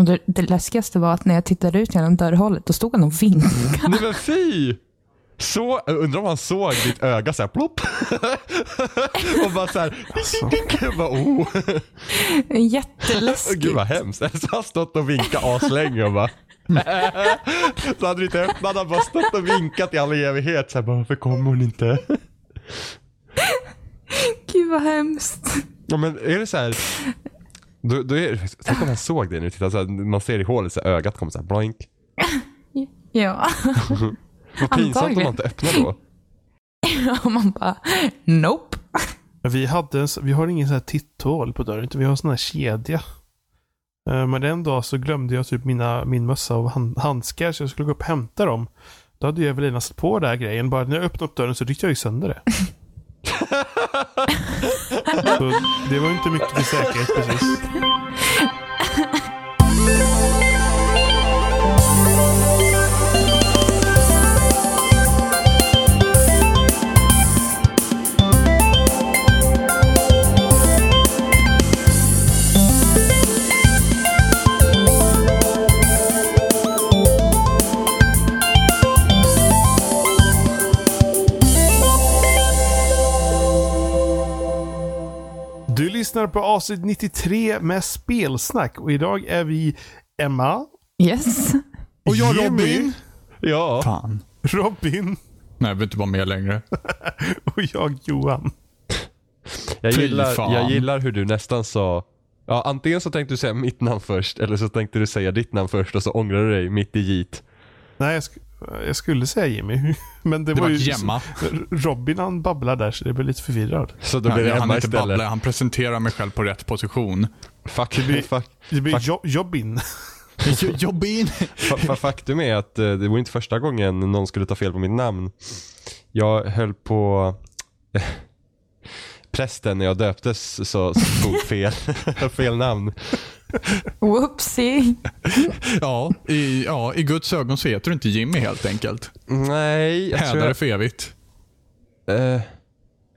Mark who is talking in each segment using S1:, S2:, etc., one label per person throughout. S1: Och det, det läskigaste var att när jag tittade ut genom dörrhålet, då stod han och vinkade.
S2: Nej men fy! Så, undrar om han såg ditt öga såhär plopp. och bara såhär, alltså. bara, oh.
S1: Jätteläskigt.
S2: Gud vad hemskt. Eller så har han stått och vinkat aslänge och bara. så hade du inte öppnat, han bara stått och vinkat i all evighet. Såhär bara, varför kommer hon inte?
S1: Gud vad hemskt.
S2: Ja men är det såhär, då, då är det, tänk om han såg det nu. Titta, så här, man ser i hålet så här, ögat kommer såhär blink.
S1: Ja.
S2: Vad pinsamt om man
S1: Antagligen.
S2: inte öppnar då.
S1: Och man bara, nope.
S3: Vi, hade, en s- vi har ingen sån här titthål på dörren. utan Vi har en sån här kedja. Eh, Men en dag så glömde jag typ mina, min mössa och hand, handskar så jag skulle gå upp och hämta dem. Då hade ju Evelina satt på den här grejen. Bara när jag öppnade upp dörren så ryckte jag ju sönder det. så det var ju inte mycket till säkerhet precis. Du lyssnar på avsnitt 93 med spelsnack och idag är vi Emma
S1: Yes.
S3: och jag Robin.
S4: Jimmy.
S2: Ja.
S4: Fan.
S3: Robin
S4: Nej, jag vill inte vara med längre.
S3: och jag Johan.
S2: Jag
S4: Fy
S2: gillar,
S4: fan.
S2: jag gillar hur du nästan sa Ja, antingen så tänkte du säga mitt namn först eller så tänkte du säga ditt namn först och så ångrar du dig mitt i git.
S3: Nej, jag, sk- jag skulle säga Jimmy. Men det,
S4: Det
S3: var ju...
S4: var Gemma.
S3: Robin han babblar där så det blir lite förvirrad.
S2: Så då
S4: Nej,
S2: blir det
S4: jag hann
S2: Emma
S4: inte
S2: istället.
S4: babbla. Han presenterar mig själv på rätt position.
S2: Fuck, fuck,
S3: Det blir
S2: Fakt-
S3: jo- Jobbin.
S4: Jo- Jobbin!
S2: fa- fa- faktum är att eh, det var inte första gången någon skulle ta fel på mitt namn. Jag höll på... Prästen när jag döptes så, så tog fel, fel namn.
S1: Whoopsie.
S4: Ja i, ja, i Guds ögon så heter du inte Jimmy helt enkelt.
S2: Nej, jag tror
S4: Hädare
S2: jag...
S4: för evigt.
S2: eh,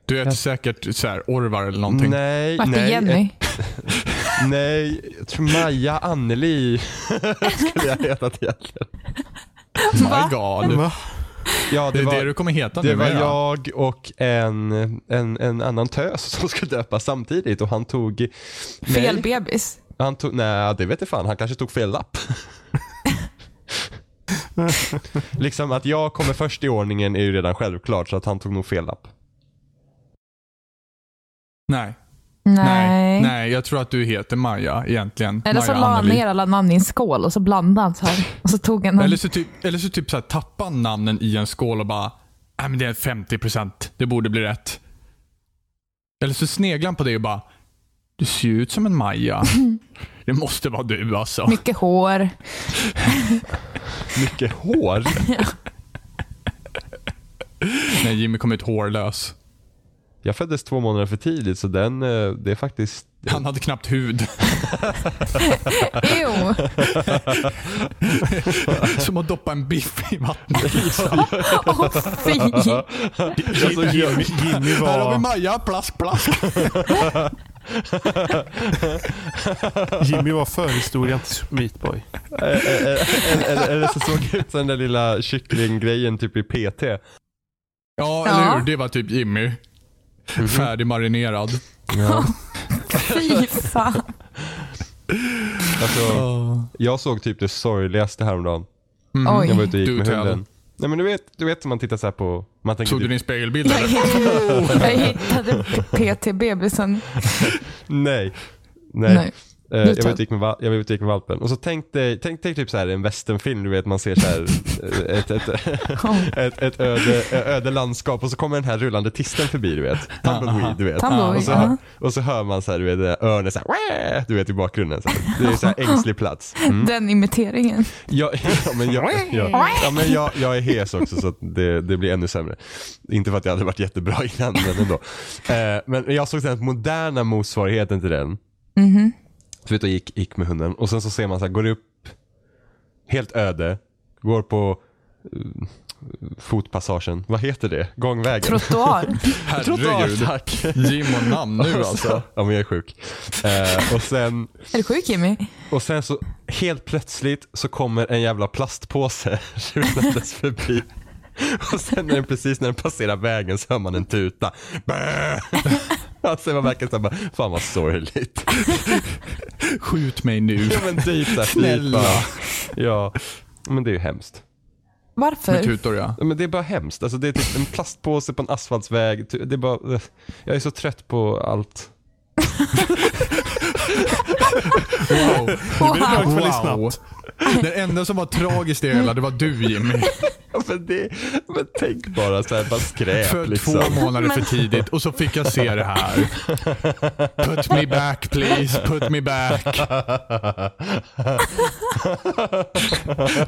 S4: Du heter säkert så här, Orvar eller någonting.
S2: nej,
S1: Vart är
S2: nej.
S1: Jenny?
S2: eh, Nej, jag tror Maja Anneli skulle jag hetat egentligen.
S4: My God.
S3: Va?
S2: Ja,
S4: Det
S2: det,
S4: är
S2: var,
S4: det du kommer heta
S2: det var
S4: numera.
S2: jag och en, en, en annan tös som skulle döpa samtidigt och han tog...
S1: Fel
S2: Nej,
S1: bebis.
S2: han tog, nej det vet jag fan. Han kanske tog fel lapp. liksom att jag kommer först i ordningen är ju redan självklart så att han tog nog fel lapp.
S4: Nej. Nej.
S1: Nej.
S4: Nej, jag tror att du heter Maja egentligen.
S1: Eller så
S4: Maja
S1: la han
S4: Anneli.
S1: ner alla namn i en skål och så blandade han så här. Och så tog han
S4: Eller
S1: en...
S4: så typ, eller så typ så här, tappar han namnen i en skål och bara Nej men det är 50%, det borde bli rätt. Eller så sneglar han på dig och bara Du ser ju ut som en Maja. Det måste vara du alltså.
S1: Mycket hår.
S2: Mycket hår.
S4: Nej, Jimmy kom ut hårlös.
S2: Jag föddes två månader för tidigt så den, eh, det är faktiskt...
S4: Han hade knappt hud.
S1: Ew.
S4: Som att doppa en biff i vattnet.
S1: Åh, fy.
S2: Alltså,
S3: Jimmy, Jimmy
S4: Här har vi
S3: var,
S4: Maja, plask plask.
S3: Jimmy var förhistorien till Meatboy.
S2: Eh, eller, eller eh, så såg jag ut som den där lilla kycklinggrejen typ i PT.
S4: Ja, Mm.
S1: Ja.
S4: eller hur? Det var typ Jimmy. Färdigmarinerad.
S1: Fy
S2: Mm,
S1: fan.
S2: Alltså, jag såg typ det sorgligaste häromdagen. Jag var
S1: Oj.
S2: ute och gick
S4: Du
S2: med
S4: träd.
S2: hunden. Nej men du vet, du vet som man tittar så här på... Man tänker
S4: Såg du
S2: typ,
S4: din spegelbild eller?
S1: Jag hittade PT-bebisen.
S2: Nej. Nej.
S1: Nej.
S2: Eh,
S1: Du
S2: jag var
S1: träd.
S2: ute och gick med val- jag var ute och gick med valpen. Och så tänk dig, tänk dig typ så här en westernfilm, du vet man ser så här eh, ett, ett, ett, ett öde, ö- öde landskap och så kommer den här rullande tisten förbi du vet. Tumbleweed du vet.
S1: Tumbleweed,
S2: och, så,
S1: ja.
S2: och så hör man så här, du vet, den där örnen så här, "Wä!" du vet i bakgrunden. Så här. Det är så här ängslig plats.
S1: Den imiteringen.
S2: Ja, ja, men, jag, ja, ja, men jag, jag är hes också så att det, det blir ännu sämre. Inte för att jag hade varit jättebra innan men ändå. Eh, men jag såg den moderna motsvarigheten till den.
S1: Mhm.
S2: Så vet jag gick, gick med hunden och sen så ser man så här, går upp helt öde, går på eh, fotpassagen. Vad heter det? Gångvägen?
S1: Trottoar.
S2: Trottoar,
S4: Herregud.
S2: tack.
S4: Jim och namn nu alltså.
S2: Ja men jag är sjuk. Eh, och, sen,
S1: Är du sjuk Jimmy?
S2: och sen så helt plötsligt så kommer en jävla plastpåse runnandes förbi. Och sen när den, precis när den passerar vägen så hör man en tuta. Bäh! Alltså man verkar såhär bara, fan vad sorgligt.
S4: Skjut mig nu.
S2: Ja men typ såhär, fy
S4: Snälla.
S2: fan. Ja, men det är ju hemskt.
S4: Med
S1: Varför?
S4: tutor ja.
S2: Ja, Men det är bara hemskt. Alltså det är typ en plastpåse på en asfaltsväg. Ty- Det är bara, eh, jag är så trött på allt.
S4: Wow.
S1: Wow.
S3: väldigt
S4: wow. Den enda som var tragiskt i det hela, det var du Jimmy.
S2: Ja, Men, det, men tänk bara så här, bara skräp
S4: För
S2: liksom.
S4: två månader för tidigt och så fick jag se det här. Put me back please, put me back. I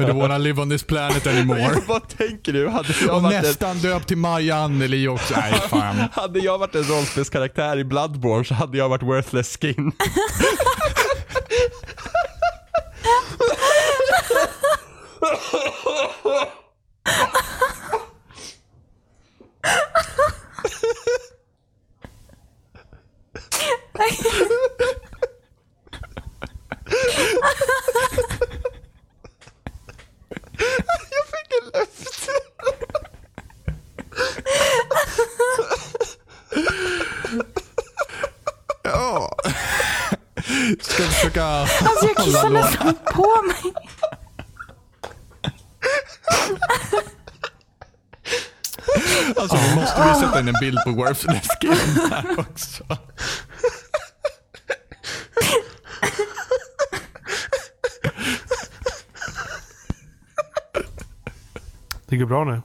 S4: don't wanna live on this planet anymore.
S2: Jag bara tänker nu, hade jag,
S4: Och
S2: varit en,
S4: nästan döpt till Maja Anneli också. Nej fan.
S2: hade jag varit en rollspelskaraktär i Bloodborne så hade jag varit worthless skin.
S4: Ska jag försöka...
S1: Alltså jag kissar nästan på mig.
S4: Alltså nu måste vi sätta in en bild på Worthless Skin här också.
S3: Det går bra nu.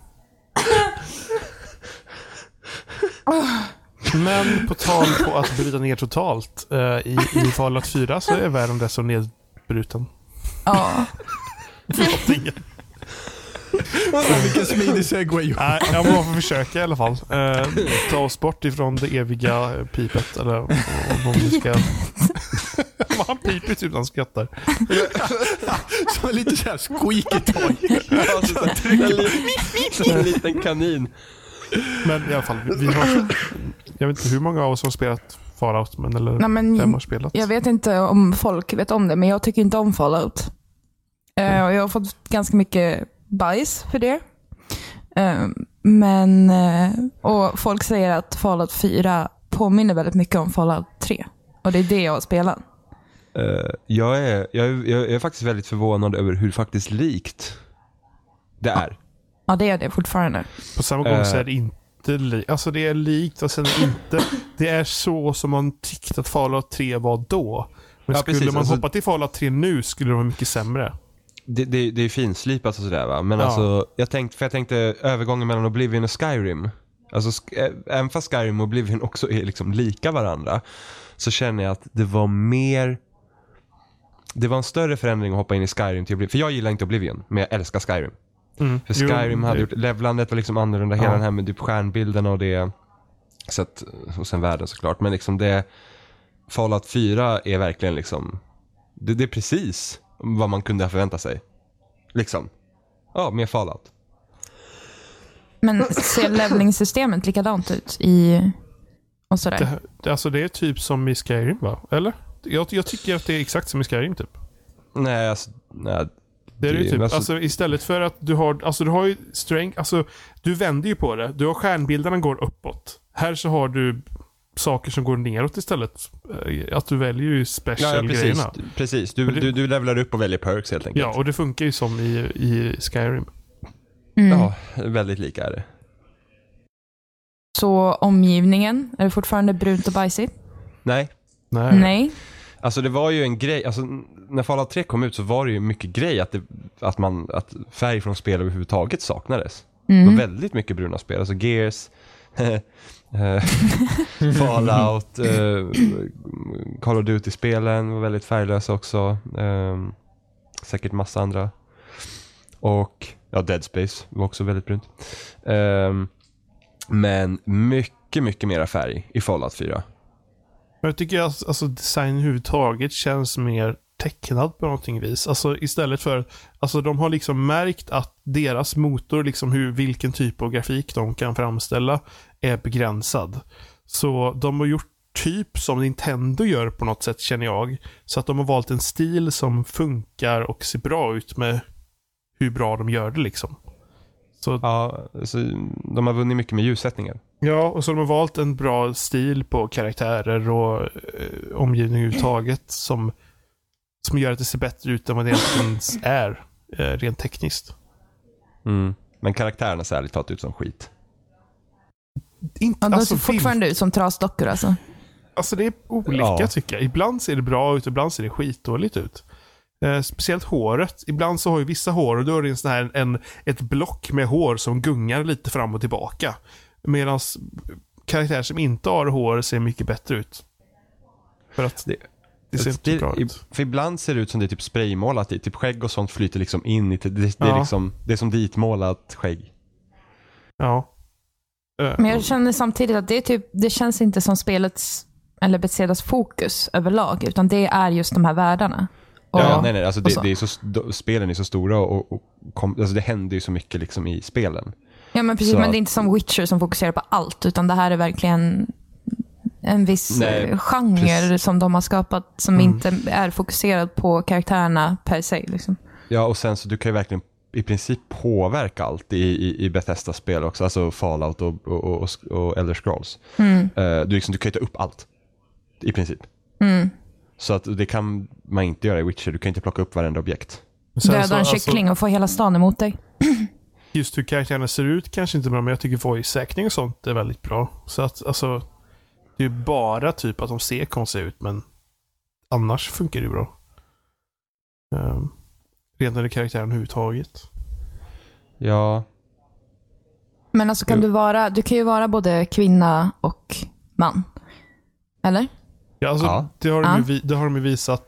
S3: Men på tal på att bryta ner totalt. eh, I, i Fallout 4 så är världen desto nedbruten.
S1: Ja.
S4: Vilken smidig segway.
S3: Nej, ja, men man får försöka i alla fall. Eh, ta oss bort ifrån det eviga eh, pipet. Eller vad vi ska... Man piper typ när han skrattar.
S4: Som en lite såhär squeaky toy.
S2: Alltså, så här, en, liten, en liten kanin.
S3: Men i alla fall, vi, vi har... Jag vet inte hur många av oss har spelat Fallout, men eller
S1: Nej, men-
S3: vem har spelat?
S1: Jag vet inte om folk vet om det, men jag tycker inte om Fallout. Eh, och jag har fått ganska mycket bajs för det. Eh, men, eh, och folk säger att Fallout 4 påminner väldigt mycket om Fallout 3. Och det är det jag har spelat.
S2: Eh, jag, är, jag, är, jag är faktiskt väldigt förvånad över hur faktiskt likt det är.
S1: Ja, det är det fortfarande.
S3: På samma gång
S2: Eh.
S3: så är det inte likt. Alltså det är likt och sen inte. Det är så som man tyckte att Fallout 3 var då. Men
S2: Ja,
S3: skulle
S2: precis.
S3: man
S2: Alltså-
S3: hoppa till Fallout 3 nu skulle det vara mycket sämre.
S2: Det, det, det är finslipat och sådär va. Men
S3: Ja.
S2: alltså, jag tänkte, för jag tänkte övergången mellan Oblivion och Skyrim. Alltså, sk- ä- även fast Skyrim och Oblivion också är liksom lika varandra. Så känner jag att det var mer... Det var en större förändring att hoppa in i Skyrim till Oblivion. För jag gillar inte Oblivion, men jag älskar Skyrim.
S3: Mm.
S2: För
S3: Jo,
S2: Skyrim hade
S3: det-
S2: gjort, levlandet var liksom annorlunda, hela
S3: Ja.
S2: den här med typ stjärnbilderna och det. Så att, och sen världen såklart. Men liksom det, Fallout 4 är verkligen liksom, det, det är precis vad man kunde förvänta sig. Liksom. Ja, mer Fallout.
S1: Men ser levelingsystemet likadant ut i... Och
S3: Det,
S1: sådär.
S3: här- det- alltså det är typ som i Skyrim va? Eller? Jag, jag tycker att det är exakt som i Skyrim typ.
S2: Nej, alltså, nej.
S3: Det är det ju
S2: Det-
S3: typ.
S2: alltså-
S3: Alltså istället för att du har, alltså du har ju strength, alltså du vänder ju på det. Du har stjärnbilderna går uppåt. Här så har du saker som går neråt istället. Eh, Att du väljer ju
S2: Ja, ja, precis.
S3: special-grejerna.
S2: precis. Du,
S3: Men det-
S2: du, du levlar upp och väljer perks helt enkelt.
S3: Ja, och det funkar ju som i, i Skyrim.
S1: Mm.
S2: Ja, väldigt lika är det.
S1: Så omgivningen, är det fortfarande brunt och bajsigt?
S2: Nej,
S3: Nej.
S1: Nej.
S2: Alltså det var ju en grej, alltså n- när Fallout 3 kom ut så var det ju mycket grej att, det, att, man, att färg från spel överhuvudtaget saknades.
S1: Mm.
S2: Det var väldigt mycket bruna spel, alltså Gears, eh, Fallout, eh, Call of Duty-spelen var väldigt färglösa också. Eh, säkert massa andra. Och ja, Dead Space var också väldigt brunt. Ehm, men mycket, mycket mera färg i Fallout 4.
S3: Men jag tycker att alltså, design överhuvudtaget känns mer tecknad på någonting vis. Alltså istället för, alltså de har liksom märkt att deras motor, liksom hur, vilken typ av grafik de kan framställa, är begränsad. Så de har gjort typ som Nintendo gör på något sätt känner jag. Så att de har valt en stil som funkar och ser bra ut med hur bra de gör det liksom. Så
S2: Ja, så de har vunnit mycket med ljussättningen.
S3: Ja, och så de har valt en bra stil på karaktärer och eh, omgivning överhuvudtaget som, som gör att det ser bättre ut än vad det egentligen är, eh, rent tekniskt.
S2: Mm. Men karaktärerna ser ärligt talat ut som skit.
S3: Inte,
S1: Ja, de
S3: alltså,
S1: ser fortfarande ut som trasdockor alltså.
S3: film- alltså det är olika
S2: Ja.
S3: tycker jag. Ibland ser det bra ut, ibland ser det skitdåligt ut. Eh, speciellt håret. Ibland så har ju vissa hår och då är det en sån här, en, ett block med hår som gungar lite fram och tillbaka. Medan karaktärer som inte har hår ser mycket bättre ut. För att
S2: Det- alltså,
S3: det ser inte bra ut.
S2: i- För ibland ser det ut som det är typ spraymålat i. Typ skägg och sånt flyter liksom in i det. Det, det, är,
S3: Ja.
S2: liksom, det är som ditmålat skägg.
S3: Ja. Eh,
S1: Men jag känner samtidigt att det, är typ, det känns inte som spelets, eller Betsedas fokus överlag, utan det är just de här världarna. Och-
S2: Ja, nej, nej, alltså
S1: och
S2: det,
S1: så.
S2: det är så, st- spelen är så stora och, och kom, alltså det händer ju så mycket liksom i spelen.
S1: Ja, men precis.
S2: Så
S1: Men
S2: att-
S1: det är inte som Witcher som fokuserar på allt, utan det här är verkligen en viss
S2: Nej,
S1: eh, genre
S2: precis. Mm.
S1: som de har skapat som inte är fokuserad på karaktärerna per se. Liksom.
S2: Ja, och sen så du kan ju verkligen i princip påverka allt i, i, i Bethesda-spel också. Alltså Fallout och, och, och, och Elder Scrolls.
S1: Mm,
S2: Eh, du, liksom, du kan ju ta upp allt. I princip.
S1: mm.
S2: Så att det kan man inte göra i Witcher. Du kan inte plocka upp varenda objekt.
S3: men sen
S1: Döda
S3: så,
S1: en
S3: alltså,
S1: kyckling och få hela stan emot dig.
S3: just hur karaktärerna ser ut kanske inte är bra, men jag tycker voice-säkning och sånt är väldigt bra. Så att alltså, det är ju bara typ att de ser konstiga ut, men annars funkar det ju bra. Um, rent när det är karaktären överhuvudtaget.
S2: Ja,
S1: Men alltså kan
S2: Jo.
S1: du vara, du kan ju vara både kvinna och man. Eller?
S3: Ja, alltså,
S2: Ja.
S3: Det, har de
S1: Ja.
S3: ju, vi- det har de ju visat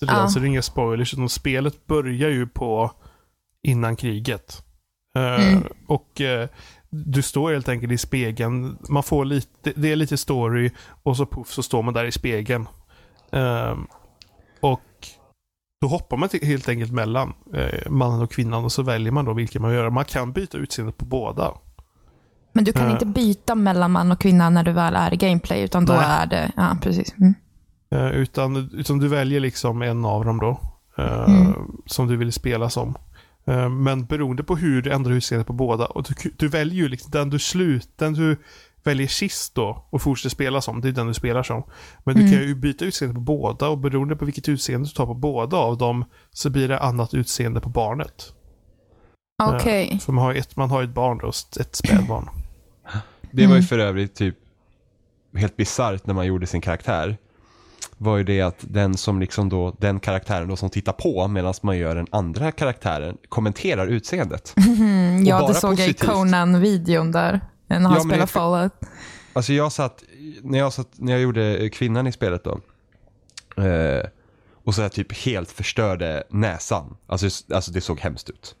S3: redan,
S1: Ja.
S3: så det är inga spoilers. Utan spelet börjar ju på innan kriget. Eh,
S1: Mm.
S3: Och eh, Du står helt enkelt i spegeln. Man får lite, det- det är lite story och så puff så står man där i spegeln. Eh, och Då hoppar man till- helt enkelt mellan eh, mannen och kvinnan och så väljer man då vilken man vill göra. Man kan byta utseende på båda.
S1: Men du kan
S3: Eh.
S1: inte byta mellan man och kvinna när du väl är i gameplay, utan då
S3: Nej.
S1: är det... Ja, precis. Mm.
S3: Eh, Utan, utan du väljer liksom en av dem då. eh,
S1: Mm.
S3: Som du vill spela som. Eh, Men beroende på hur du ändrar utseendet på båda. Och du, du väljer ju liksom den du slut, den du väljer sist då och fortsätter spela som. Det är den du spelar som. Men du
S1: Mm.
S3: kan ju byta utseende på båda och beroende på vilket utseende du tar på båda av dem så blir det annat utseende på barnet.
S2: Eh.
S1: Okej.
S3: För man har ju ett, man har ju ett barn då, ett spädbarn.
S2: Det var ju
S1: Mm.
S2: för övrigt typ helt bisarrt när man gjorde sin karaktär. Var ju det att den som liksom då, den karaktären då som tittar på medan man gör den andra karaktären kommenterar utseendet.
S1: Mm, ja,
S2: bara
S1: det såg jag i
S2: positivt.
S1: Conan-videon där. När han
S2: men
S1: spelar
S2: jag-
S1: Fallout.
S2: Alltså jag satt, när jag, satt, när jag gjorde eh, kvinnan i spelet då. Eh, och så här typ helt förstörde näsan. Alltså, s- alltså det såg hemskt ut.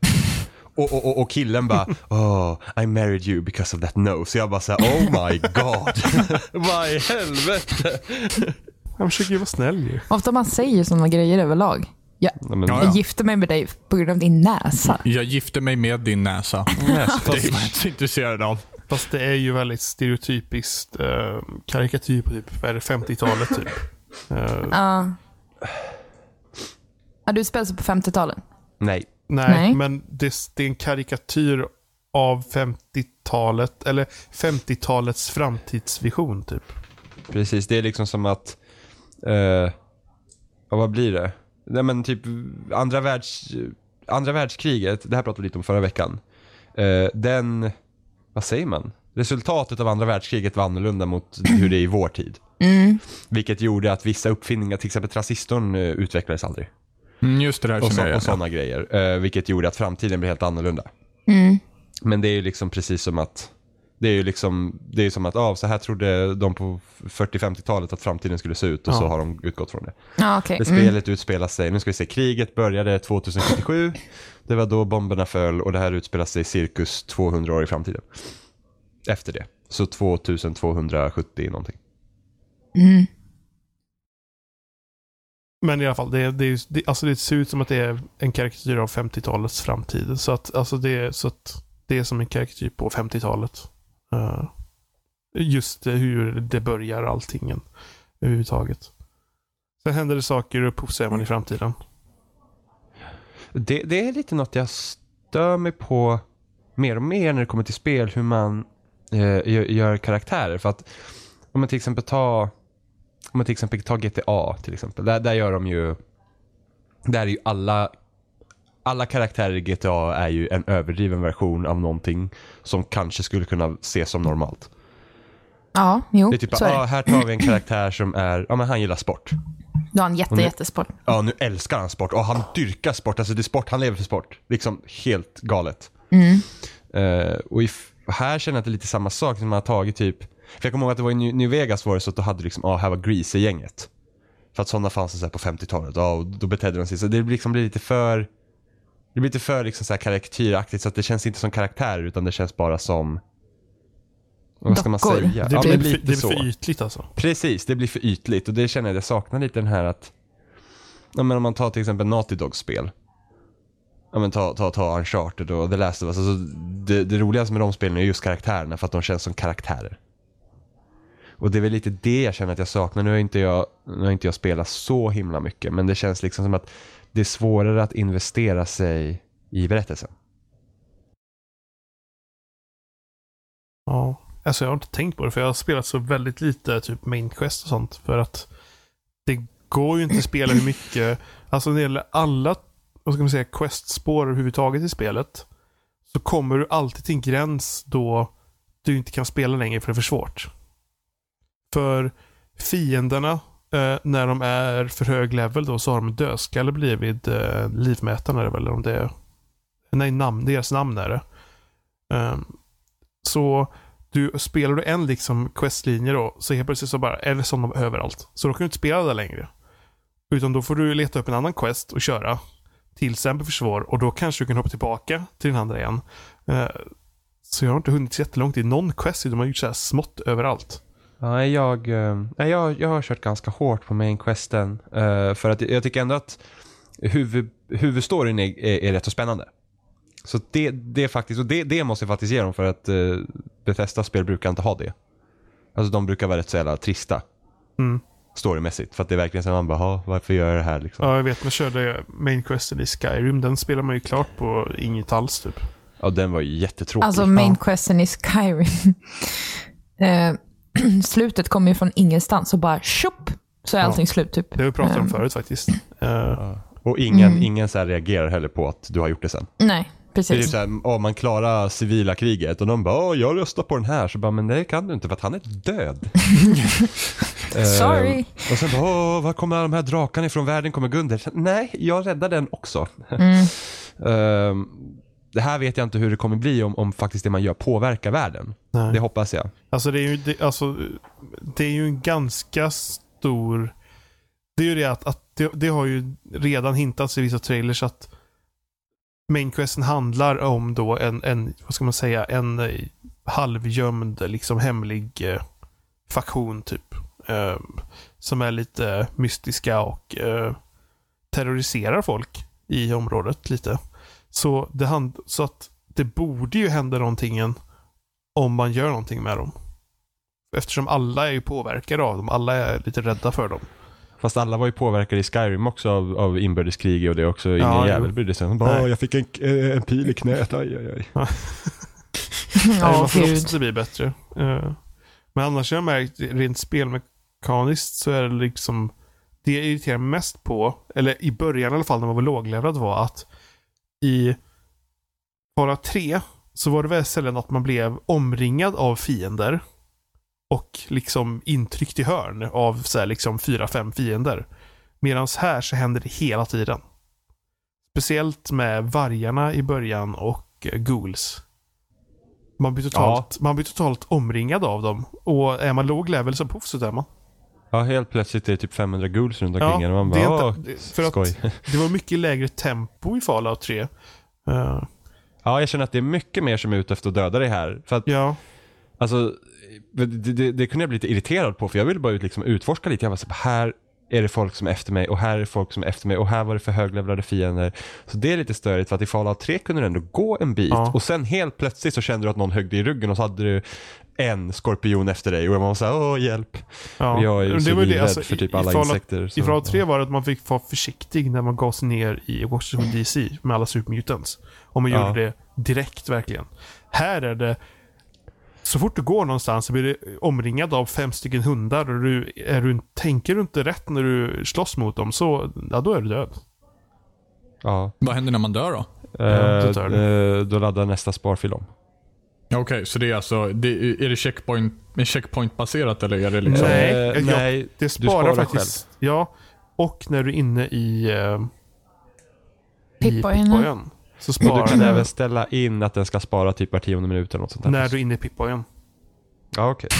S2: Och, och, och, och killen bara, oh, I married you because of that nose. Så jag bara såhär, oh my god. Vad i helvete?
S3: Han försöker ju vara snäll ju.
S1: Ofta man säger sådana grejer överlag. Jag,
S2: Nej, men-
S4: Ja,
S1: jag gifte mig med dig på grund av din näsa.
S4: Jag gifte mig med din näsa. Det är man inte så intresserad av.
S3: Fast det är ju väldigt stereotypiskt eh, karikatyr på typ, vad är det, 50-talet typ. Eh,
S1: Ja. Ja, du spelade på 50-talet?
S2: Nej.
S3: nej,
S1: Nej.
S3: men det, det är en karikatyr av 50-talet, eller 50-talets framtidsvision typ.
S2: Precis, det är liksom som att... Eh, ja, vad blir det? Nej men typ andra, världs, andra världskriget, det här pratade vi lite om förra veckan. Eh, den... Vad säger man? Resultatet av andra världskriget var annorlunda mot hur det är i vår tid. Vilket gjorde att vissa uppfinningar, till exempel transistorn, eh, utvecklades aldrig.
S4: Mm, just det där
S2: Och,
S4: känner
S2: så,
S4: jag
S2: och
S4: igen.
S2: sådana grejer. Eh, vilket gjorde att framtiden blev helt annorlunda. Men det är ju liksom precis som att det är ju liksom, det är som att ah, så här trodde de på 40-50-talet att framtiden skulle se ut och så har de utgått från det.
S1: Ja, okej.
S2: Det
S1: Mm.
S2: spelet utspelar sig, nu ska vi se, kriget började 2077. Det var då bomberna föll och det här utspelar sig cirkus 200 år i framtiden. Efter det. Så
S1: Mm.
S2: 2270 någonting.
S3: Men i alla fall, det, det, är ju- det, alltså det ser ut som att det är en karikatyr av 50-talets framtid. Så att, alltså det, är- så att det är som en karikatyr på 50-talet. Eh, just eh, hur det börjar alltingen överhuvudtaget. Sen händer det saker och upphovsrätten i framtiden.
S2: Det, det är lite något jag stör mig på mer och mer när det kommer till spel, hur man eh, gör, gör karaktärer. För att om man till exempel tar, om man till exempel tar GTA till exempel. Där, där gör de ju, där är ju alla, alla karaktärer i GTA är ju en överdriven version av någonting som kanske skulle kunna ses som normalt.
S1: Ja, jo.
S2: Det är typ,
S1: så är det.
S2: ah, här tar vi en karaktär som är, ja men han gillar sport.
S1: Du har en jätte,
S2: nu-
S1: jättesport.
S2: Ja, nu älskar han sport och han dyrkar sport. Alltså det är sport, han lever för sport. Liksom helt galet. Eh, och i, f- här känner jag att det är lite samma sak som man har tagit typ, för jag kommer ihåg att det var i New- New Vegas var det så att då hade liksom, ah, här var Grease-gänget. För att sådana fanns det så här på 50-talet, ja, och då betedde de sig så. Det liksom blir lite för, det blir lite för liksom så här karaktäraktigt så att det känns inte som karaktärer utan det känns bara som, vad ska man
S1: Dockor.
S2: säga?
S3: Det,
S2: ja,
S3: blir,
S2: men
S3: för,
S2: lite
S3: det blir
S2: så.
S3: för ytligt alltså.
S2: Precis, det blir för ytligt och det känner jag att jag saknar lite den här att... Ja, men om man tar till exempel Naughty Dogs spel. Ja, men ta, ta, ta Uncharted och The Last of Us. Alltså, det, det roligaste med de spelen är just karaktärerna för att de känns som karaktärer. Och det är väl lite det jag känner att jag saknar. Nu har inte jag, nu har inte jag spelat så himla mycket men det känns liksom som att det är svårare att investera sig i berättelsen.
S3: Ja. Alltså jag har inte tänkt på det för jag har spelat så väldigt lite typ main quest och sånt. För att det går ju inte att spela hur mycket. Alltså när det gäller alla vad ska man säga, questspår överhuvudtaget i spelet. Så kommer du alltid till en gräns då du inte kan spela längre för det är för svårt. För fienderna, eh, när de är för hög level då, så har de dödskalle blivit eh, livmätaren är det väl? Om det är, nej, namn, deras namn är det. Ehm, så du spelar du en liksom questlinje då, så helt plötsligt så bara är det sådana överallt. Så då kan du inte spela där längre. Utan då får du leta upp en annan quest och köra. Tills den blir för svår och då kanske du kan hoppa tillbaka till den andra igen. Eh, Så jag har inte hunnit så jättelångt i någon quest, de har gjort så här smått överallt.
S2: Ja, jag, eh, ja, jag, jag har kört ganska hårt på mainquesten. eh, För att jag tycker ändå att huvud, huvudstoryn är, är, är rätt så spännande. Så det, det är faktiskt, och det, det måste jag faktiskt ge dem för att eh, Bethesda-spel brukar inte ha det. Alltså de brukar vara rätt så jävla trista.
S3: Mm. "Ha,
S2: Storymässigt. För att det är verkligen så att man bara, "Ha, varför gör jag det här liksom?
S3: Ja, jag vet. Man körde main questen i Skyrim. Den spelar man ju klart på inget alls typ.
S2: Ja, den var ju jättetråkig.
S1: Alltså main questen i Skyrim. Eh, Slutet kommer ju från ingenstans och bara tjopp så är
S3: Ja.
S1: allting slut typ.
S3: Det har vi pratat om förut faktiskt. Eh,
S2: Och ingen, ingen så här reagerar heller på att du har gjort det sen.
S1: Nej,
S2: Det är typ
S1: precis.
S2: såhär, om man klarar civila kriget och de bara "Åh, jag röstar på den här. Så bara, men det kan du inte för att han är död. Eh,
S1: Sorry.
S2: och sen bara, Åh, var kommer alla de här drakarna ifrån? Världen kommer Gunder. Så, Nej, jag räddar den också.
S1: Mm.
S2: Ehm, det här vet jag inte hur det kommer bli om, om faktiskt det man gör påverkar världen.
S3: nej.
S2: Det hoppas jag.
S3: Alltså det är ju, det, alltså, det är ju en ganska stor... Det är ju det att, att det, det har ju redan hintats i vissa trailers att mainquesten handlar om då en, en vad ska man säga, en eh, halvgömd, liksom hemlig eh, faktion typ. Eh, som är lite mystiska och eh, terroriserar folk i området lite. Så, det hand, så att det borde ju hända någonting än om man gör någonting med dem. Eftersom alla är ju påverkade av dem. Alla är lite rädda för dem.
S2: Fast alla var ju påverkade i Skyrim också av, av inbördeskrig och det också. Ingen
S3: Ja, jo.
S2: jävel brydde sig. De bara,
S3: Nej.
S2: "Åh, jag fick en, eh, en pil i knät. Aj, aj, aj.
S3: Nej, man
S1: Ja,
S3: får
S1: gud.
S3: hoppas att det blir bättre. Eh, Men annars har jag märkt, rent spelmekaniskt så är det liksom Det jag irriterar mig mest på, eller i början i alla fall när man var låglevlad var att i Fara 3 så var det väl sällan att man blev omringad av fiender och liksom intryckt i hörn av så här liksom fyra, fem fiender. Medan här så händer det hela tiden. Speciellt med vargarna i början och eh, ghouls. Man blir, totalt, man blir totalt omringad av dem. Och är man låg level så poff så dör man.
S2: Ja, helt plötsligt är det typ 500 ghouls runt omkring en och Man bara,
S3: det är
S2: "Åh,
S3: inte- det- för
S2: skoj.
S3: att det var mycket lägre tempo i Fallout 3. Eh,
S2: Ja, jag känner att det är mycket mer som är ute efter att döda dig här. För att,
S3: ja.
S2: alltså, det, det, det kunde jag bli lite irriterad på, för jag ville bara ut, liksom, utforska lite. Jag var så här, här är det folk som är efter mig och här är det folk som är efter mig och här var det för höglevlade fiender. Så det är lite störigt för att i Fallout 3 kunde du ändå gå en bit
S3: Ja.
S2: och sen helt plötsligt så kände du att någon högg dig i ryggen och så hade du en skorpion efter dig och man var såhär, åh hjälp.
S3: Ja.
S2: Jag är ju
S3: Men det var ju det,
S2: civilrädd
S3: alltså,
S2: för
S3: i-
S2: typ
S3: i
S2: alla
S3: Fallout-
S2: insekter. så-
S3: I Fallout 3 var det att man fick vara försiktig när man gav sig ner i Washington DC med alla supermutants. Och man
S2: Ja.
S3: gjorde det direkt verkligen. Här är det så fort du går någonstans så blir du omringad av fem stycken hundar och du, är du, tänker du inte rätt när du slåss mot dem så ja, då är du död.
S2: Ja.
S4: Vad händer när man dör då?
S3: Ja, då tar
S2: Eh, eh, då laddar nästa sparfil om.
S4: Ja, Okej, så det är alltså, det, är det checkpoint, är checkpoint-baserat eller är det liksom?
S3: Nej,
S2: Eh,
S3: jag- jag-
S2: nej.
S3: Det sparar,
S2: sparar
S3: faktiskt. Ja. Och när du är inne i, eh, i
S1: Pip-boyen.
S3: Pipboyen så
S2: Och du
S3: sparar
S2: kan
S3: du
S2: även ställa in att den ska spara typ var tionde minut eller något sånt där.
S3: när du är inne i Pipboyen.
S2: Ja, okej.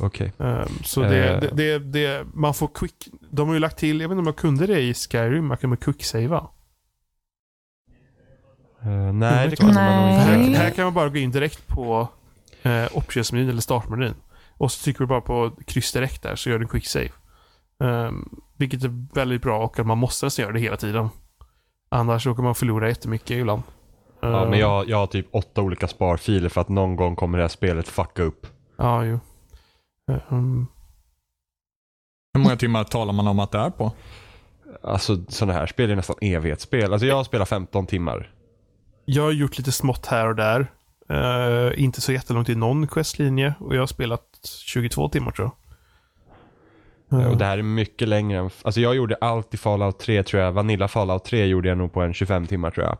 S2: okej.
S3: Ehm, Så det,
S2: Eh.
S3: det, det, det, man får quick... De har ju lagt till, jag vet inte om jag kunde det i Skyrim, man kan quicksavea.
S2: Eh, nej, det kan man nog
S1: Nej.
S3: Här,
S2: inte.
S3: här kan man bara gå in direkt på eh, optionsmenyn eller startmenyn. Och så trycker du bara på kryss direkt där så gör du en quicksave. Ehm, vilket är väldigt bra och att man måste nästan göra det hela tiden. Annars så kan man förlora jättemycket ibland.
S2: Ja,
S3: Ehm,
S2: men jag, jag har typ åtta olika sparfiler för att någon gång kommer det här spelet fucka upp.
S3: Ja, jo. Ehm,
S4: Hur många timmar talar man om att det är på?
S2: Alltså sådana här spel är nästan evighetsspel. Alltså jag spelar 15 timmar.
S3: Jag har gjort lite smått här och där. Eh, inte så jättelångt i någon questlinje och jag har spelat 22 timmar tror jag. Eh,
S2: Och det här är mycket längre än... Alltså jag gjorde allt i Fallout 3 tror jag. Vanilla Fallout 3 gjorde jag nog på en 25 timmar tror jag.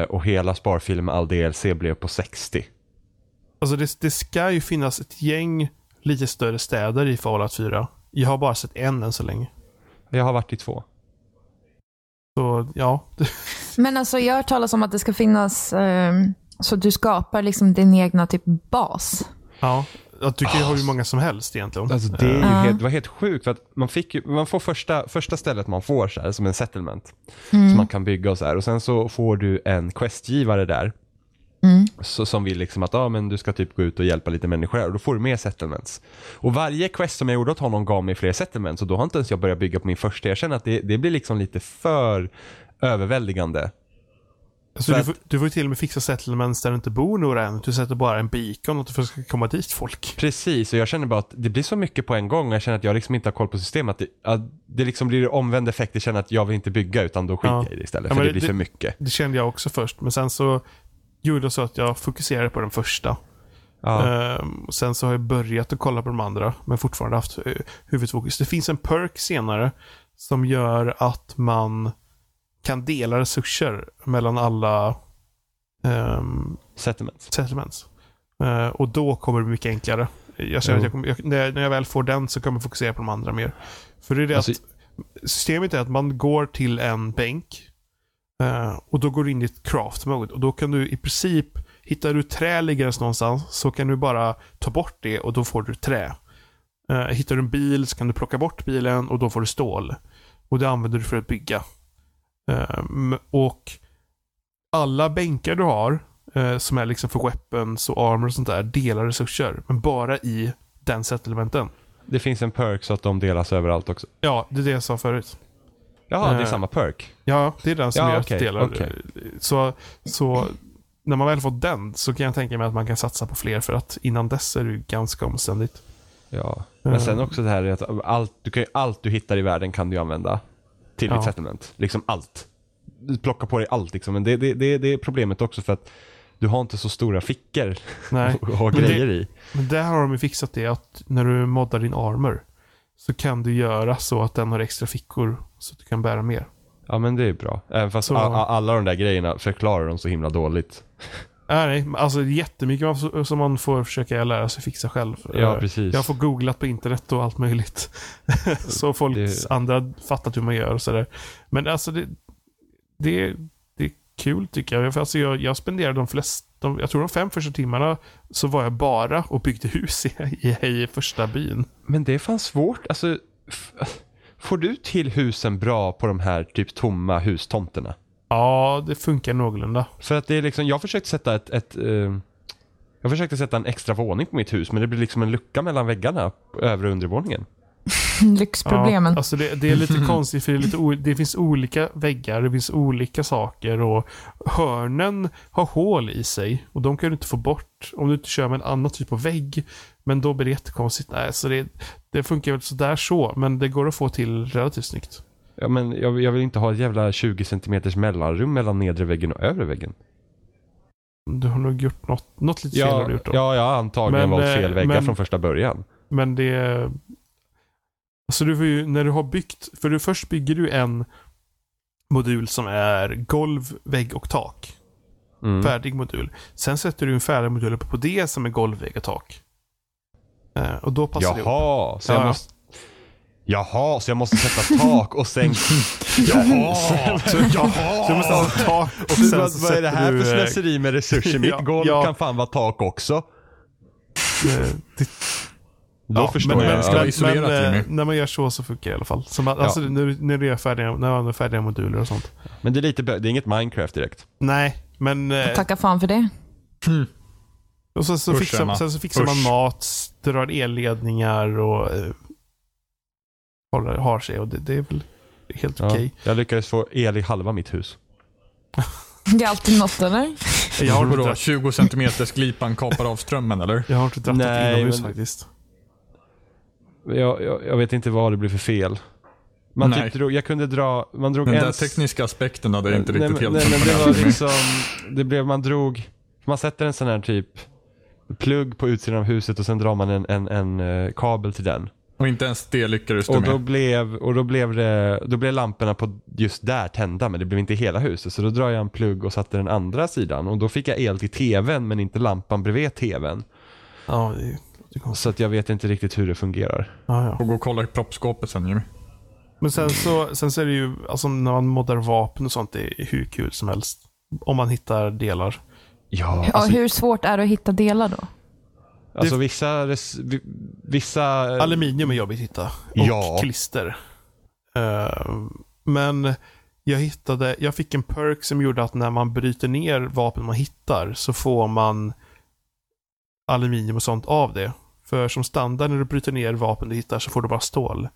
S2: Eh, och hela sparfilen med all DLC blev på 60.
S3: Alltså det, det ska ju finnas ett gäng lite större städer i Fallout 4. Jag har bara sett en än så länge.
S2: Jag har varit i två.
S3: Så ja,
S1: Men alltså jag har hört talas om att det ska finnas, ehm, så att du skapar liksom din egna typ bas.
S3: ja. Att du kan ju ha hur många som helst egentligen.
S2: Alltså det, är ju
S1: Ja.
S2: helt, det var helt sjukt för att man, fick ju, man får första, första stället man får så här, som en settlement. Som man kan bygga och så här. Och sen så får du en questgivare där. Så, som vill liksom att ah, men du ska typ gå ut och hjälpa lite människor här och då får du mer settlements. Och varje quest som jag gjorde åt honom gav mig fler settlements och då har inte ens jag börjat bygga på min första. Jag känner att det, det blir liksom lite för överväldigande.
S3: Alltså, du, får, du får ju till och med fixa settlements där det inte bor några än. Du sätter bara en beacon och att det ska komma dit folk.
S2: Precis, och jag känner bara att det blir så mycket på en gång och jag känner att jag liksom inte har koll på systemet. Det, att det liksom blir omvänd effekt, jag känner att jag vill inte bygga utan då skiter
S3: Ja.
S2: jag i det istället.
S3: Ja,
S2: för
S3: men
S2: det,
S3: det-
S2: blir för mycket.
S3: Det kände jag också först, men sen så gjorde jag så att jag fokuserade på den första.
S2: Ja.
S3: Ehm, sen så har jag börjat att kolla på de andra, men fortfarande haft eh, huvudfokus. Det finns en perk senare som gör att man kan dela resurser mellan alla ehm,
S2: Settlements.
S3: settlements. Eh, och då kommer det bli mycket enklare. Jag
S2: Jo.
S3: känner att jag kommer, jag, när, jag, när jag väl får den så kommer jag fokusera på de andra mer. För det är det
S2: Alltså-
S3: att systemet är att man går till en bänk eh, och då går du in i ett craft mode. Och då kan du i princip, hittar du trä liggandes någonstans så kan du bara ta bort det och då får du trä. Eh, hittar du en bil så kan du plocka bort bilen och då får du stål. Och det använder du för att bygga. Ehm, och alla bänkar du har eh, som är liksom för weapons och armor och sånt där delar resurser. Men bara i den settlementen.
S2: Det finns en perk så att de delas överallt också.
S3: Ja, det är det jag sa förut.
S2: Jaha, det är
S3: Eh,
S2: samma perk.
S3: Ja, det är den som
S2: Ja,
S3: gör
S2: okej,
S3: att delar.
S2: okej.
S3: Så, så när man väl fått den så kan jag tänka mig att man kan satsa på fler för att innan dess är det ju ganska omständigt.
S2: Ja. Men sen
S3: Eh.
S2: också det här är att allt du, kan, ju- allt du hittar i världen kan du ju använda till
S3: Ja.
S2: ditt settlement. Liksom allt. Du plockar på dig allt liksom. Men det, det, det, det är problemet också för att du har inte så stora fickor
S3: Nej.
S2: att ha
S3: Men det-
S2: grejer i.
S3: Men där har de ju fixat det att när du moddar din armor så kan du göra så att den har extra fickor så att du kan bära mer.
S2: Ja men det är bra. Även fast
S3: Så-
S2: a- a- alla de där grejerna förklarar de så himla dåligt.
S3: Nej, nej, men alltså jättemycket man- som man får försöka lära sig fixa själv.
S2: Ja,
S3: Eh,
S2: precis.
S3: Jag får googlat på internet och allt möjligt. så folk
S2: Det-
S3: andra fattat hur man gör och sådär. Men alltså det, det, det är kul tycker jag. För alltså jag, jag spenderade de flesta, de, jag tror de fem första timmarna så var jag bara och byggde hus i, i, i första byn.
S2: Men det är fan svårt. Alltså, f- får du till husen bra på de här typ tomma hustomterna?
S3: Ja, det funkar någorlunda.
S2: För att det är liksom, jag försökte sätta ett, ett eh, jag försökte sätta en extra våning på mitt hus men det blir liksom en lucka mellan väggarna på övre och undervåningen.
S1: Lyxproblemen.
S3: Ja, alltså det, det är lite konstigt för det, är lite o, det finns olika väggar, det finns olika saker och hörnen har hål i sig och de kan du inte få bort om du inte kör med en annan typ av vägg. Men då blir det jättekonstigt. Nej, så det, det funkar väl sådär så, men det går att få till relativt snyggt.
S2: Ja, men jag, jag vill inte ha ett jävla 20 centimeters mellanrum mellan nedre väggen och övre väggen.
S3: Du har nog gjort något, något lite fel har
S2: Ja,
S3: du gjort då.
S2: ja, jag har antagligen
S3: Men,
S2: valt
S3: eh,
S2: fel väggar
S3: men-
S2: från första början.
S3: Men det... Alltså du får ju, när du har byggt, för du först bygger du en modul som är golv, vägg och tak.
S2: Mm.
S3: Färdig modul. Sen sätter du en färdig modul uppe på det som är golv, vägg och tak. Eh, och då passar det ihop.
S2: Jaha, så
S3: Ja,
S2: jag
S3: ja.
S2: måste... Jaha, så jag måste sätta tak och sen...
S4: Jaha! Så, jaha!
S3: Så du måste ha ett tak och
S2: Du,
S3: sen
S2: vad,
S3: så
S2: vad är det här
S3: sätter du
S2: för
S3: eh,
S2: slöseri med resurser? Mitt
S3: Ja,
S2: golv
S3: ja.
S2: kan fan vara tak också.
S3: eh, ditt-
S2: Då
S3: ja,
S2: förstår
S3: men,
S2: jag.
S4: ska-
S2: Ja.
S3: Men, men,
S4: isolerat,
S3: men, eh,
S4: Jimmy.
S3: när man gör så så funkar det i alla fall. Som, att- alltså, när, du- när du är färdiga, när man är färdiga moduler och sånt.
S2: Men det är lite bö- det är inget Minecraft direkt.
S3: Nej, men... eh,
S1: Tacka fan för det.
S3: Och sen så
S4: Usch,
S3: fixar,
S4: Emma.
S3: sen så fixar man
S4: Usch.
S3: mat, drar elledningar och eh, håller, har sig. Och det, det är väl helt
S2: Ja.
S3: okej.
S2: Jag lyckades få el i halva mitt hus.
S1: Det är alltid något eller?
S3: Jag har inte
S4: Vadå,
S3: dratt-
S4: 20 centimeters glipan kapar av strömmen eller?
S3: jag har inte drattat
S2: Nej,
S3: inomhus
S2: men-
S3: faktiskt.
S2: Jag, jag, jag vet inte vad det blev för fel. Man
S4: Nej.
S2: typ drog, jag kunde dra, man drog
S4: Den
S2: en...
S4: där
S2: s-
S4: tekniska aspekten hade jag inte
S2: nej,
S4: riktigt
S2: men-
S4: helt
S2: nej, men det
S4: imponerad
S2: var
S4: med.
S2: liksom, det blev, man drog, man sätter en sån här typ plugg på utsidan av huset och sen drar man en, en, en eh, kabel till den.
S4: Och inte ens det lyckades du
S2: Och då
S4: med.
S2: blev, och då blev, det, då blev lamporna på just där tända men det blev inte i hela huset. Så då drar jag en plugg och satte den andra sidan och då fick jag el till tvn men inte lampan bredvid tvn.
S3: Ja, det låter konstigt.
S2: Så att jag vet inte riktigt hur det fungerar.
S3: Ja, ja.
S4: Och gå och kolla i proppskåpet sen Jimmy.
S3: Men sen så, sen så är det ju, alltså när man moddar vapen och sånt, det är hur kul som helst. Om man hittar delar.
S2: Ja,
S1: Ja,
S2: alltså,
S1: hur svårt är det att hitta delar då?
S2: alltså vissa, res, vi- vissa...
S3: Aluminium är jobbigt att hitta. Och
S2: Eh. Ja.
S3: klister. Eh, men jag hittade, jag fick en perk som gjorde att när man bryter ner vapen man hittar så får man aluminium och sånt av det. För som standard när du bryter ner vapen du hittar så får du bara stål.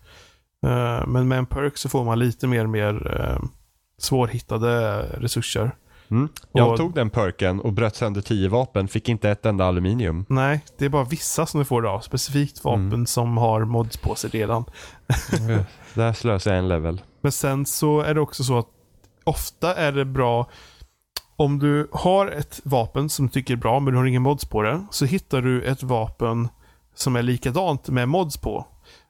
S3: Eh, men med en perk så får man lite mer, mer eh, svårhittade resurser.
S2: Mm. Jag
S3: Och-
S2: tog den perken och bröt sönder tio vapen, fick inte ett enda aluminium.
S3: Nej, det är bara vissa som du får det av. Specifikt vapen
S2: Mm.
S3: som har mods på sig redan.
S2: Där slösade jag en level.
S3: Men sen så är det också så att ofta är det bra om du har ett vapen som du tycker är bra men du har ingen mods på det. Så hittar du ett vapen som är likadant med mods på.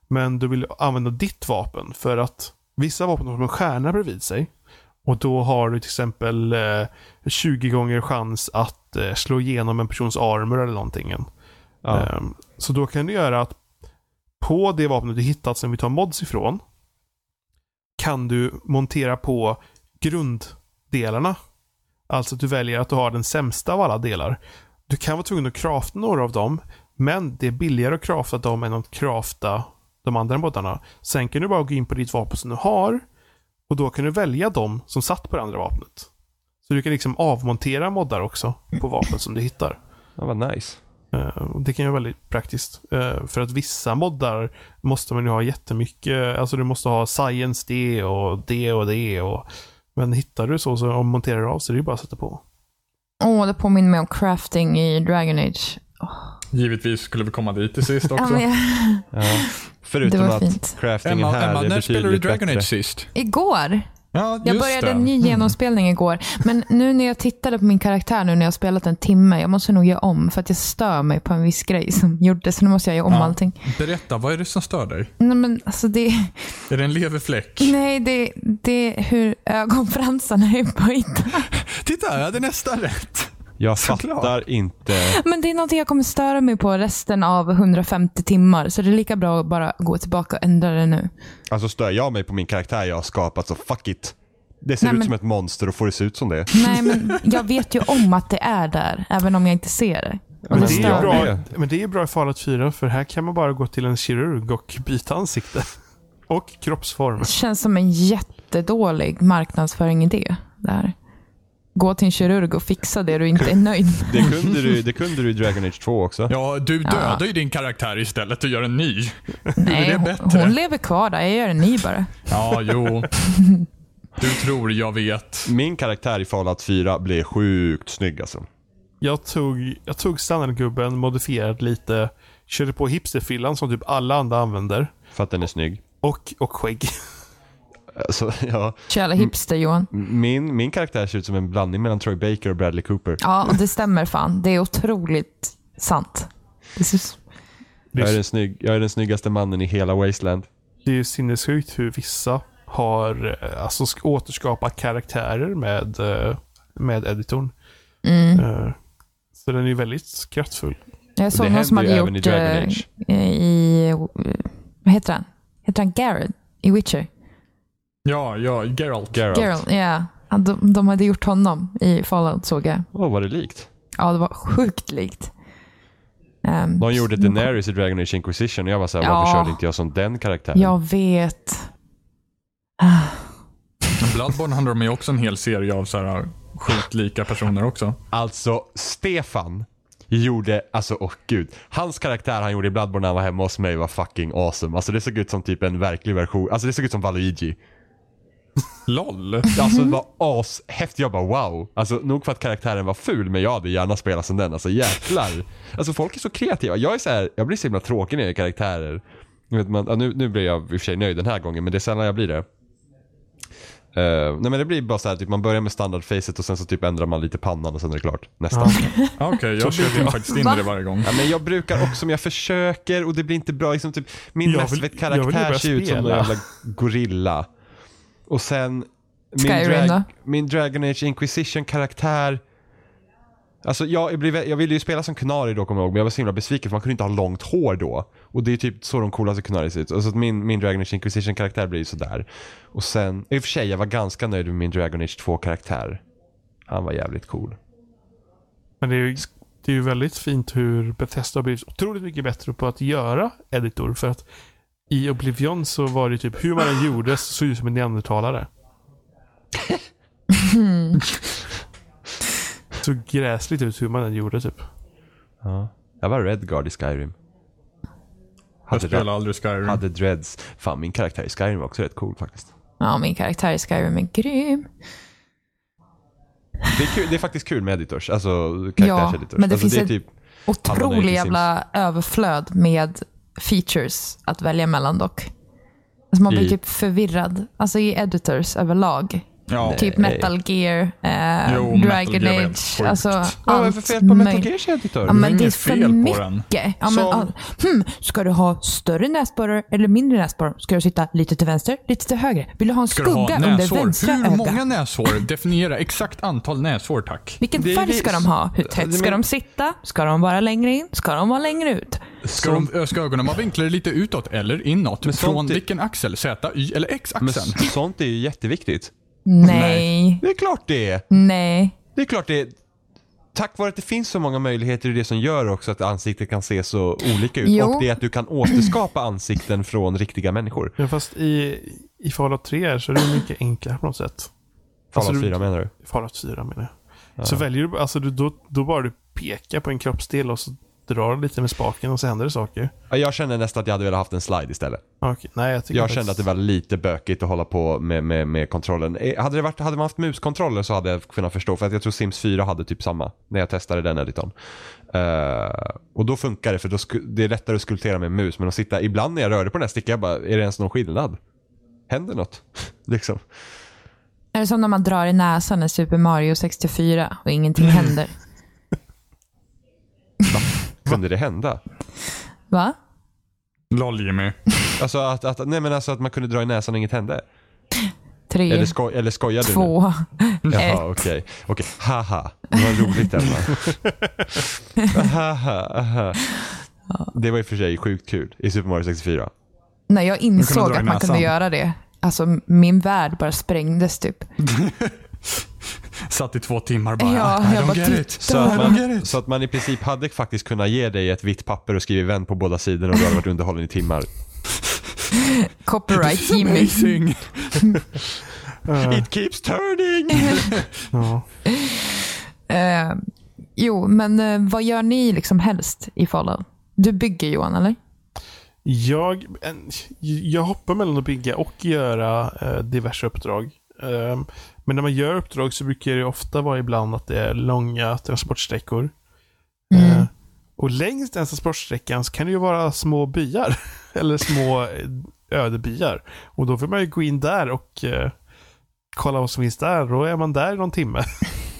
S3: Men du vill använda ditt vapen för att vissa vapen har en stjärna bredvid sig. Och då har du till exempel eh, 20 gånger chans att eh, slå igenom en persons armor eller någonting.
S2: Ja.
S3: Ehm, Så då kan du göra att på det vapnet du hittat som vi tar mods ifrån kan du montera på grunddelarna. Alltså att du väljer att du har den sämsta av alla delar. Du kan vara tvungen att crafta några av dem, men det är billigare att crafta dem än att crafta de andra modarna. Sen kan du bara gå in på ditt vapen som du har och då kan du välja dem som satt på det andra vapnet. Så du kan liksom avmontera moddar också på vapen som du hittar.
S2: Ja, vad nice.
S3: Eh, och Det kan ju vara väldigt praktiskt. Eh, För att vissa moddar måste man ju ha jättemycket. Alltså du måste ha science det och det och det. Och, men hittar du så, så om monterar du av så är det ju bara att sätta på.
S1: Åh, det påminner mig om crafting i Dragon Age.
S4: Givetvis skulle vi komma dit till sist
S1: Ja,
S4: också.
S1: men jag-
S2: Ja. Förutom
S1: Det var
S2: att
S1: fint.
S2: craftingen
S4: Emma,
S2: här
S4: Emma
S2: är
S4: när spelade du
S2: betydligt
S4: Dragon
S2: bättre.
S4: Age sist?
S1: Igår?
S4: Ja,
S1: Jag började en
S3: Mm.
S1: ny genomspelning igår. Men nu när jag tittade på min karaktär nu när jag har spelat en timme, jag måste nog göra om för att jag stör mig på en viss grej som gjordes. Så nu måste jag göra om
S4: Ja.
S1: allting.
S4: Berätta, vad är det som stör dig?
S1: Nej, men alltså det,
S4: Är det en leverfläck?
S1: nej, det, det är hur ögonfransarna är böjda.
S4: Titta, jag hade nästan rätt.
S2: Jag
S4: Såklart.
S2: fattar inte.
S1: Men det är någonting jag kommer störa mig på resten av 150 timmar. Så det är lika bra att bara gå tillbaka och ändra det nu.
S2: Alltså stör jag mig på min karaktär jag har skapat så fuck it. Det ser
S1: Nej,
S2: ut
S1: men-
S2: som ett monster och får det se ut som det.
S1: Nej, men jag vet ju om att det är där, även om jag inte ser det. Och
S3: Men
S1: det
S3: det, är ju
S1: stör mig.
S3: bra, men det är ju bra i Fallout 4 för här kan man bara gå till en kirurg och byta ansikte. Och kroppsform.
S1: Det känns som en jättedålig marknadsföring i det. Där. gå till en kirurg och fixa det du inte är nöjd med.
S2: Det kunde du, det kunde du i Dragon Age 2 också.
S4: Ja, du dödar ju din karaktär istället och gör en ny. det
S1: Nej,
S4: är
S1: hon,
S4: bättre.
S1: hon lever kvar där. Jag gör en ny bara.
S4: Ja, jo. Du tror jag vet.
S2: Min karaktär i Fallout 4 blev sjukt snygg alltså.
S3: Jag tog, jag tog standardgubben, modifierad lite, körde på hipsterfrillan som typ alla andra använder.
S2: För att den är snygg.
S3: Och, och skägg.
S2: Alltså, ja.
S1: Så jävla hipster Johan.
S2: min, min karaktär ser ut som en blandning mellan Troy Baker och Bradley Cooper.
S1: Ja, och det stämmer fan. Det är otroligt sant. Det är så-
S2: Jag är, den snygg, jag är den snyggaste mannen i hela Wasteland.
S3: Det är ju sinnessjukt hur vissa har eh, alltså, sk- återskapat karaktärer med, eh, med editorn. Eh, Så den är ju väldigt kraftfull.
S1: Mm. Jag såg
S2: det
S1: någon som
S2: händer
S1: hade
S2: ju även i
S1: gjort...
S2: Dragon
S1: eh,
S2: Age.
S1: I, eh, vad heter han? Heter han Garrett i Witcher?
S4: Ja, ja, Geralt.
S2: Geralt.
S1: Geralt, ja. Han- De, de hade gjort honom i Fallout såg jag.
S2: Åh, vad det likt.
S1: Ja, det var sjukt likt. Ehm,
S2: De gjorde Daenerys i Dragon Age Inquisition och jag var såhär,
S1: Ja.
S2: varför körde inte jag som den karaktären?
S1: Jag vet.
S4: Bloodborne handlar om ju också en hel serie av så här sjukt lika personer också.
S2: Alltså, Stefan gjorde, alltså åh gud. Hans karaktär han gjorde i Bloodborne när han var hemma hos mig var fucking awesome. Alltså det såg ut som typ en verklig version, alltså det såg ut som Valuigi.
S4: LOL.
S2: Alltså det var ashäftigt, jag bara wow. Alltså nog för att karaktären var ful men jag hade gärna spelat som den, alltså jäklar. Alltså folk är så kreativa. Jag är så här, jag blir så himla tråkig när jag är karaktärer. Nu Vet man, ja, nu, nu blir jag i och för sig nöjd den här gången men det är sällan jag blir det. Eh, nej men det blir bara så här, typ man börjar med standardfacet och sen så typ ändrar man lite pannan och sen är det klart. Nästan.
S4: Okej, jag köper faktiskt in i det varje gång.
S2: Ja, men jag brukar också, men jag försöker och det blir inte bra. Liksom, typ, min
S3: Jag
S2: Mass
S3: vill-
S2: Effect
S3: jag vill ju
S2: karaktär
S3: börja
S2: ser ut som en
S3: spela.
S2: jävla gorilla. Och sen min,
S1: Skyrim då?
S2: min Dragon Age Inquisition-karaktär. Alltså jag, jag, blev, jag ville ju spela som Kunari då kommer jag ihåg, men jag var så himla besviken för man kunde inte ha långt hår då. Och det är typ så de coolaste Kunari ser ut. Alltså att min, min Dragon Age Inquisition-karaktär blir ju sådär. Och sen, i och för sig jag var ganska nöjd med min Dragon Age 2-karaktär. Han var jävligt cool.
S3: Men det är ju, det är ju väldigt fint hur Bethesda har blivit otroligt mycket bättre på att göra editor. För att i Oblivion så var det typ, hur man än gjorde så såg det ut som en neandertalare. så gräsligt ut hur man än gjorde typ.
S2: Jag var Redguard i Skyrim.
S4: Jag
S2: Hade,
S4: spelar
S2: dread,
S4: aldrig
S1: Mm.
S4: Skyrim.
S2: hade dreads. Fan, min karaktär i Skyrim var också rätt cool faktiskt.
S1: Ja, min karaktär i Skyrim är grym.
S2: Det är, kul, det är faktiskt kul med editors, alltså
S1: Ja,
S2: karaktärseditors.
S1: men det
S2: alltså,
S1: finns
S2: det är
S1: ett
S2: typ, Alla nöjda
S1: Otrolig
S2: i
S1: jävla överflöd med features att välja mellan dock. Alltså man blir
S2: I-
S1: typ förvirrad. Alltså i editors överlag.
S4: Ja.
S1: Typ Metal Gear, eh,
S4: Jo, Metal
S1: Dragon
S4: Gear var helt
S1: Age.
S4: sjukt.
S1: Alltså,
S4: Ja,
S1: allt
S2: vad är för fel på Metal
S1: möjligt.
S2: Gears editor?
S1: Ja, men
S4: inget
S1: det är för
S4: fel på
S1: mycket.
S4: den.
S1: Ja, men,
S2: Som-
S1: all... hmm, ska du ha större näsborrar eller mindre näsborrar? Ska du sitta lite till vänster, lite till höger? Vill du ha en
S4: Ska du ha
S1: skugga under
S4: näshår?
S1: vänstra
S4: Hur
S1: ögat?
S4: många näshår? Definiera exakt antal näshår tack.
S1: Vilken
S2: Det är
S1: färg
S2: det-
S1: ska de ha? Hur
S2: Det
S1: tätt
S2: men-
S1: ska de sitta? Ska de vara längre in? Ska de vara längre ut?
S4: Ska,
S1: Liksom-
S4: de, ö, ska ögonen vara vinklade lite utåt eller inåt?
S2: sånt
S4: Från
S2: är-
S4: vilken axel? Z, Y eller
S2: Men
S4: X-axeln?
S2: s- sånt är ju jätteviktigt.
S1: Nej,
S2: Det är klart det är.
S1: nej.
S2: Det är klart det är. Tack vare att det finns så många möjligheter i det som gör också att ansiktet kan se så olika ut.
S1: Jo.
S2: Och det är att du kan återskapa ansikten från riktiga människor.
S3: Ja, fast i, i Fallout 3 här så är det mycket enklare på något sätt.
S2: Fallout
S3: du-
S2: 4 menar du?
S3: I Fallout 4 menar jag. Så väljer du, alltså du, då, då bara du pekar på en kroppsdel och så drar du lite med spaken och så händer det saker.
S2: Ja, Jag känner nästan att jag hade velat haft en slide istället.
S3: Ja, Okej, nej jag tycker
S2: Jag kände att det var lite bökigt att hålla på med, med, med kontrollen. Eh, Hade, det varit, hade man haft muskontroller så hade jag kunnat förstå. För att jag tror Sims 4 hade typ samma när jag testade den editorn. Eh, och då funkar det för då sku, det är lättare att skulptera med mus. Men att sitta, ibland när jag rörde på den här stickan jag bara, är det ens någon skillnad? Händer något? liksom.
S1: Är det som när man drar i näsan i Super Mario 64 och ingenting händer?
S2: Kunde det hända?
S1: Va?
S4: Lol Jimmy.
S2: Alltså att, att, nej men alltså att man kunde dra i näsan och inget hände?
S1: Tre,
S2: Eller, sko, eller skojar du nu?
S1: två, ett.
S2: Jaha, okej. Okej, haha. Vad roligt Emma. haha, aha. Det var i och för sig sjukt kul i Super Mario 64.
S1: När jag
S4: kunde
S1: insåg
S4: dra i
S1: att man kunde
S4: näsan.
S1: göra det, alltså min värld bara sprängdes typ.
S4: Satt i två timmar bara.
S1: Ja,
S4: I
S1: jag
S4: don't
S1: bara
S4: get
S1: tittar.
S4: it.
S2: Så
S4: I
S2: att,
S4: don't get
S2: man,
S4: it.
S2: så att man i princip hade faktiskt kunnat ge dig ett vitt papper och skriva vän på båda sidorna och du hade varit underhållen i timmar.
S1: Copyright Jimmy.
S4: Amazing.
S3: Eh,
S2: It keeps turning!
S3: ja.
S1: Eh, jo, men eh, vad gör ni liksom helst i Fallout? Du bygger Johan, eller?
S3: Jag, en, jag hoppar mellan att bygga och göra eh, diverse uppdrag. Ehm, men när man gör uppdrag så brukar det ju ofta vara ibland att det är långa transportsträckor.
S2: Mm.
S3: Eh,
S1: Mm.
S3: och längs den transportsträckan så kan det ju vara små byar. Eller små eh, ödebyar. Och då får man ju gå in där och eh, kolla vad som finns där. Då är man där i någon timme.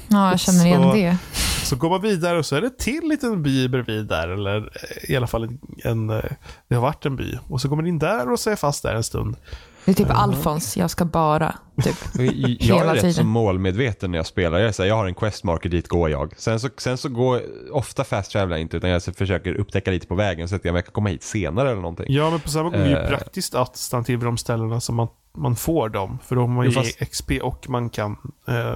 S1: Ja, jag känner igen
S3: Så-
S1: det.
S3: Så går man vidare och så är det till liten by bredvid där, eller eh, i alla fall en, en, eh, det har varit en by. Och så går man in där och så är jag fast där en stund.
S1: Det är typ
S3: Eh.
S1: Alfons, jag ska bara. Typ.
S2: Jag
S1: Hela
S2: är rätt så
S1: tiden.
S2: målmedveten när jag spelar. Jag, är så här, jag har en questmarker, dit går jag. Sen så, sen så går, ofta fast travelar jag inte, utan jag så försöker upptäcka lite på vägen så att jag kan komma hit senare eller någonting.
S3: Ja, men på samma gång är det ju
S2: Eh.
S3: praktiskt att stanna till vid de ställena som man, man får dem. För då har man ju
S2: Jo, fast-
S3: XP och man kan eh,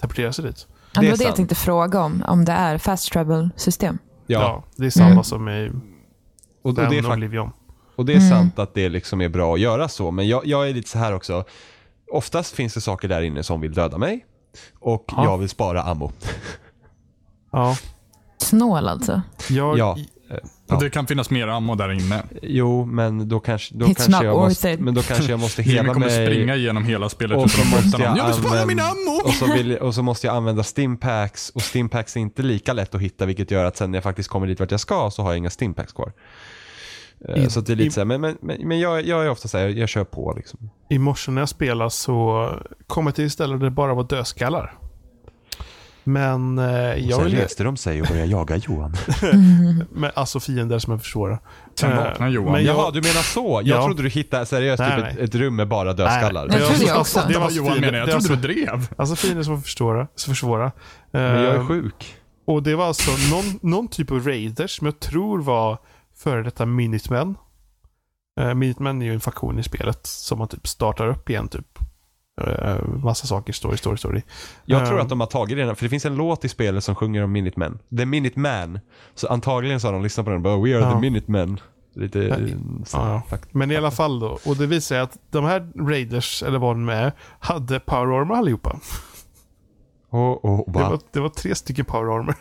S3: teleportera sig dit.
S1: Ja,
S2: Det
S1: det
S2: är
S1: var det jag
S2: sant.
S1: tänkte fråga om, om det är fast travel-system.
S3: Ja.
S2: Ja, Mm.
S3: det är samma som i
S2: och, och det är
S3: den
S2: faktiskt
S3: Oblivion.
S2: Och det är sant att det liksom är bra att göra så, men jag, jag är lite så här också. Oftast finns det saker där inne som vill döda mig och
S3: Ja.
S2: jag vill spara ammo.
S3: Ja,
S1: Snål alltså.
S3: jag,
S2: Ja. Ja.
S4: Och det kan finnas mer ammo där inne.
S2: Jo, men då kanske, då
S1: It's
S2: kanske,
S1: not
S2: jag,
S1: worth
S2: måste,
S1: it.
S2: men då kanske jag måste
S4: Jimmy
S2: hela
S4: kommer
S2: mig.
S4: springa genom hela spelet
S2: och så,
S4: utan att
S2: måste
S4: skjuta
S2: jag
S4: någon. Jag vill spara
S2: använda-
S4: min ammo!
S2: och, så vill, och så måste jag använda stimpacks och stimpacks är inte lika lätt att hitta vilket gör att sen när jag faktiskt kommer dit vart jag ska så har jag inga stimpacks kvar. Eh,
S3: I-
S2: Så att det är
S3: i-
S2: lite så här, men, men, men, men jag, jag är ofta så här, jag kör på liksom.
S3: I morse när jag spelade så kom jag till ett ställe där det bara var dödskallar. Men eh,
S2: Och
S3: jag
S2: sen
S3: ville...
S2: reste de sig och började jaga Johan.
S3: Men, alltså fiender som är för svåra.
S4: Sen
S3: Eh,
S4: vaknar Johan.
S3: men jag-
S2: Jaha, du menar så? Jag
S3: Ja.
S2: trodde du hittade seriöst
S3: Nej,
S2: typ
S3: nej.
S2: Ett, ett rum med bara dödskallar.
S1: Nej,
S3: Men
S1: Jag trodde jag också.
S3: alltså, Det var
S4: Vad Johan menar, jag
S3: det var
S4: trodde du
S3: alltså,
S4: drev.
S3: alltså fiender som var för svåra. Så för svåra. Eh,
S2: Men jag är sjuk.
S3: och det var alltså någon, någon typ av raiders som jag tror var före detta Minutemen. Eh, Minutemen är ju en faktion i spelet som man typ startar upp igen typ. Eh, massa saker, story, story, story.
S2: Jag
S3: Eh,
S2: tror att de har tagit det, för det finns en låt i spelet som sjunger om Minutemen. The Minuteman. Så antagligen så har de lyssnat på den och bara “We are
S3: Ja.
S2: the Minutemen”. Lite eh,
S3: Nej.
S2: så,
S3: Ja, ja.
S2: fakt-
S3: Men i alla fall då. Och det visar sig att de här raiders, eller vad de är, hade power armor allihopa.
S2: Och, och,
S3: Det
S2: va?
S3: var, det var tre stycken power armor.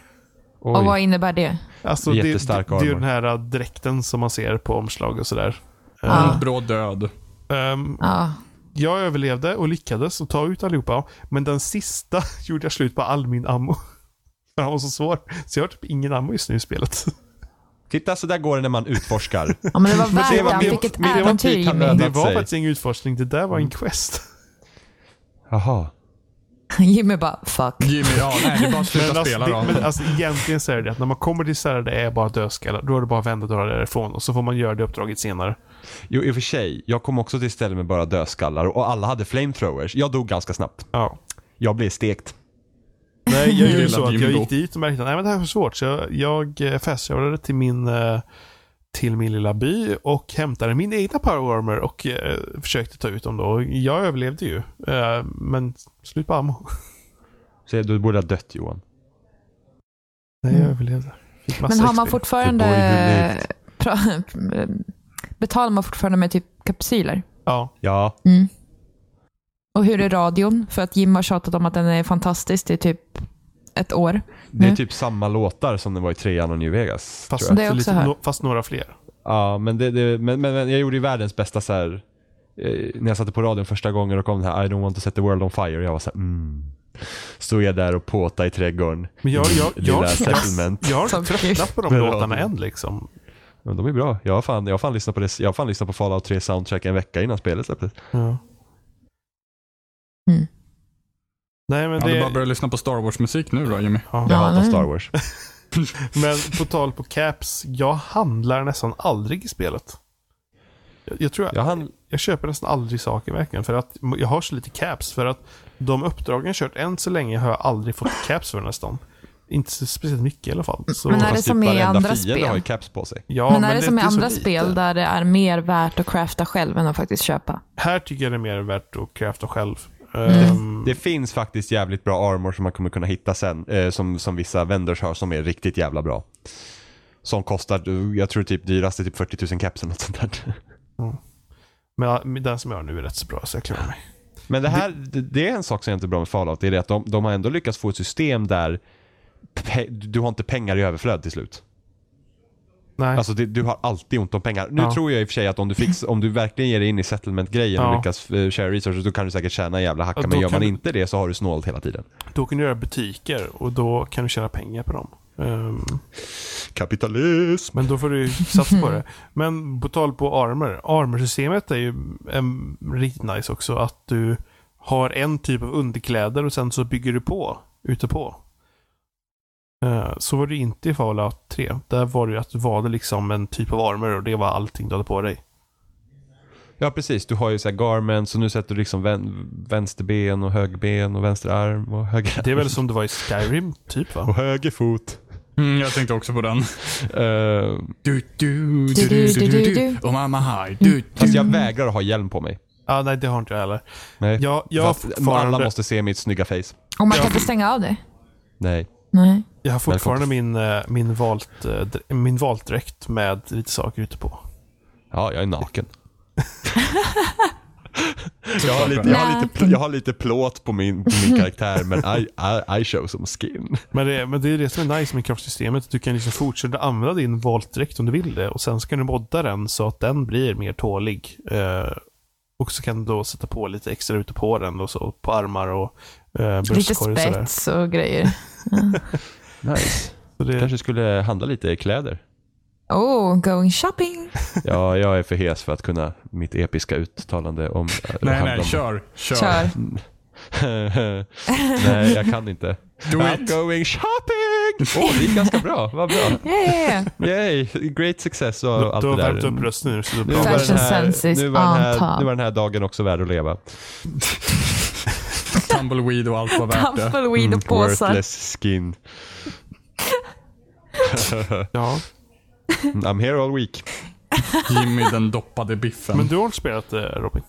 S1: Och vad
S2: Oj.
S1: innebär det?
S3: Alltså det, det,
S2: Jättestark
S3: det är ju
S2: armor.
S3: den här äh, dräkten som man ser på omslag och sådär.
S1: Ja.
S4: Bra död.
S3: Ehm,
S1: Ja.
S3: jag överlevde och lyckades att ta ut allihopa. Men den sista gjorde jag slut på all min ammo. För han var så svår. Så jag har typ ingen ammo just nu i spelet.
S2: Titta, så där går det när man utforskar.
S1: ja, men det var värt
S2: var
S1: det. Han
S2: min-
S1: fick ett
S2: min- det var
S1: äventyr
S2: typ han
S1: Jimmy.
S2: hade-
S3: Det var
S2: sig.
S3: faktiskt ingen utforskning. Det där var
S4: Mm.
S3: en quest.
S2: Jaha.
S1: Jimmy bara, fuck.
S4: Jimmy, ja nej, det är bara att
S3: Men
S4: sluta
S3: alltså,
S4: spela
S3: det,
S4: då.
S3: men alltså egentligen så är det att när man kommer till ställen där det är bara dödskallar. Då är det bara att vända och dra därifrån. Och så får man göra det uppdraget senare.
S2: Jo, i och för sig. Jag kom också till ställen med bara dödskallar och alla hade flamethrowers. Jag dog ganska snabbt.
S3: Ja.
S2: Jag blev stekt.
S3: Nej, jag
S4: Lilla
S3: gjorde så att jag
S4: Jimbo.
S3: gick dit och märkte att nej, men det här är för svårt. Så jag, jag eh, fastjournade till min, eh, till min lilla by och hämtade min egna power armor och eh, försökte ta ut dem då. Jag överlevde ju, eh, men slut på ammo.
S2: Så du borde ha dött Johan.
S3: Nej, jag överlevde. Mm. Fick massa
S1: Men har man
S3: XP.
S1: fortfarande...
S2: The boy
S1: pra- Betalar man fortfarande med typ kapsyler?
S3: Ja,
S2: Ja.
S1: Mm. Och hur är radion? För att Jim har tjatat om att den är fantastisk i typ ett år.
S2: Det är
S1: Mm.
S2: typ samma låtar som det var i trean och New Vegas.
S3: fast,
S2: tror jag.
S1: Det är
S3: för
S1: också
S3: lite,
S1: här.
S3: no, fast några fler.
S2: Ja, men, det, det, men, men, men jag gjorde ju världens bästa så här. eh, När jag satte på radion första gången och kom den här I don't want to set the world on fire. Jag var så här, mm. Stod jag där och påta i trädgården.
S3: Men jag, jag,
S2: Lilla
S3: jag,
S2: settlement.
S3: jag har
S1: Som
S3: inte tröttnat på de
S2: kul.
S3: låtarna än liksom.
S2: Men de är bra. Jag har fan, jag har fan lyssnat på det. Jag har fan lyssnat på Fallout 3 soundtrack en vecka innan spelet släpptes.
S3: Ja.
S1: Mm.
S3: Nej, men
S4: Ja,
S3: det,
S4: du bara börjar lyssna på Star Wars-musik nu då Jimmy.
S3: ja.
S2: Jag hatar
S1: nej.
S2: Star Wars.
S3: Men på tal på caps, jag handlar nästan aldrig i spelet. Jag, jag tror jag,
S2: Jag hann,
S3: jag köper nästan aldrig saker verkligen för att jag har så lite caps för att de uppdragen jag kört än så länge har jag aldrig fått caps för nästan. Inte så speciellt mycket i alla fall. Så,
S1: Men är det
S2: fast typ
S1: som i
S2: varenda
S1: andra
S2: fiende
S1: spel?
S2: har ju caps på sig.
S3: ja,
S1: men är det, som i
S3: inte så
S1: andra
S3: lite.
S1: spel där det är mer värt att crafta själv än att faktiskt köpa?
S3: Här tycker jag det är mer värt att crafta själv.
S1: Mm.
S3: Ehm,
S2: Det finns faktiskt jävligt bra armor som man kommer kunna hitta sen. Eh, som, som vissa vendors har som är riktigt jävla bra. Som kostar, eh, jag tror typ dyrast är typ 40 000 caps eller något sånt där.
S3: men den som jag har nu är rätt så bra så jag klarar mig.
S2: Men det här, det, det är en sak som är inte är bra med Fallout. Det är det att de, de har ändå lyckats få ett system där pe- du har inte pengar i överflöd till slut.
S3: Nej.
S2: Alltså det, du har alltid ont om pengar. Nu
S3: Ja.
S2: tror jag i och för sig att om du, fix, om du verkligen ger dig in i settlement-grejen och
S3: Ja.
S2: lyckas eh, share resources, då kan du säkert tjäna en jävla hacka.
S3: Ja,
S2: men
S3: då
S2: gör man
S3: kan du-
S2: inte det så har du snålt hela tiden.
S3: Då kan du göra butiker och då kan du tjäna pengar på dem. Ehm,
S2: Kapitalism!
S3: men då får du ju satsa på det. Men på tal på armor. Armor-systemet är ju em, riktigt nice också. Att du har en typ av underkläder och sen så bygger du på ute på. Eh, Så var det ju inte i Fallout 3. Där var det ju att du valde liksom en typ av armor och det var allting du hade på dig.
S2: Ja precis, du har ju så här garments och nu sätter du liksom vän, vänsterben och högerben och vänsterarm och höger
S3: Det är väl som det var i Skyrim, typ va?
S2: och höger fot.
S4: Mm, jag tänkte också på den.
S2: Eh,
S4: Du, du,
S1: Du, du, du, du, du.
S4: Och mamma haj. Du,
S2: fast jag vägrar att ha hjälm på mig.
S3: Ja, nej det har inte jag heller.
S2: Nej.
S3: Jag, jag,
S2: För
S3: har
S2: att alla
S3: fortfarande,
S2: måste se mitt snygga face.
S1: Och man
S3: Ja.
S1: kan inte stänga av det?
S2: Nej.
S1: Nej.
S3: jag har fortfarande
S2: Välkommen.
S3: min, eh, min, valt, eh, dr- min valtdräkt med lite saker ute på.
S2: Ja, jag är naken.
S4: Jag har
S2: Jag har lite, jag har lite plåt på min, på min karaktär men I, I, I show some skin.
S3: Men det, men det är det som är nice med kraftsystemet. att Du kan liksom fortsätta använda din valtdräkt om du vill det. Och sen så kan du modda den så att den blir mer tålig. Eh, och så kan du då sätta på lite extra ute på den och så på armar och eh,
S1: Lite
S3: bröstkorg och sådär.
S1: spets och grejer.
S2: Nice.
S3: Så det,
S2: Kanske skulle handla lite kläder.
S1: Oh, going shopping.
S2: Ja, jag är för hes för att kunna mitt episka uttalande om...
S4: Nej,
S2: handla
S4: nej,
S2: om-
S4: kör. Kör.
S1: Kör.
S2: nej, jag kan inte.
S4: Do
S2: I'm
S4: it.
S2: going shopping! Åh, det gick ganska bra. Vad bra.
S1: Yeah.
S2: Yay, great success och
S3: du,
S2: allt
S3: du har
S2: det där.
S3: värmt upp rösten nu. Så du
S2: Nu
S3: bra.
S2: var, den
S1: Fashion sense
S2: här,
S1: is
S2: nu, var den
S1: on
S2: här,
S1: top.
S2: nu var den här dagen också värd att leva.
S4: Tumbleweed och allt var värt det.
S1: Tumbleweed och påsar.
S2: Mm, Worthless skin.
S3: Ja.
S2: I'm here all week.
S4: Jimmy den doppade biffen.
S3: Men du har inte spelat eh, Robin?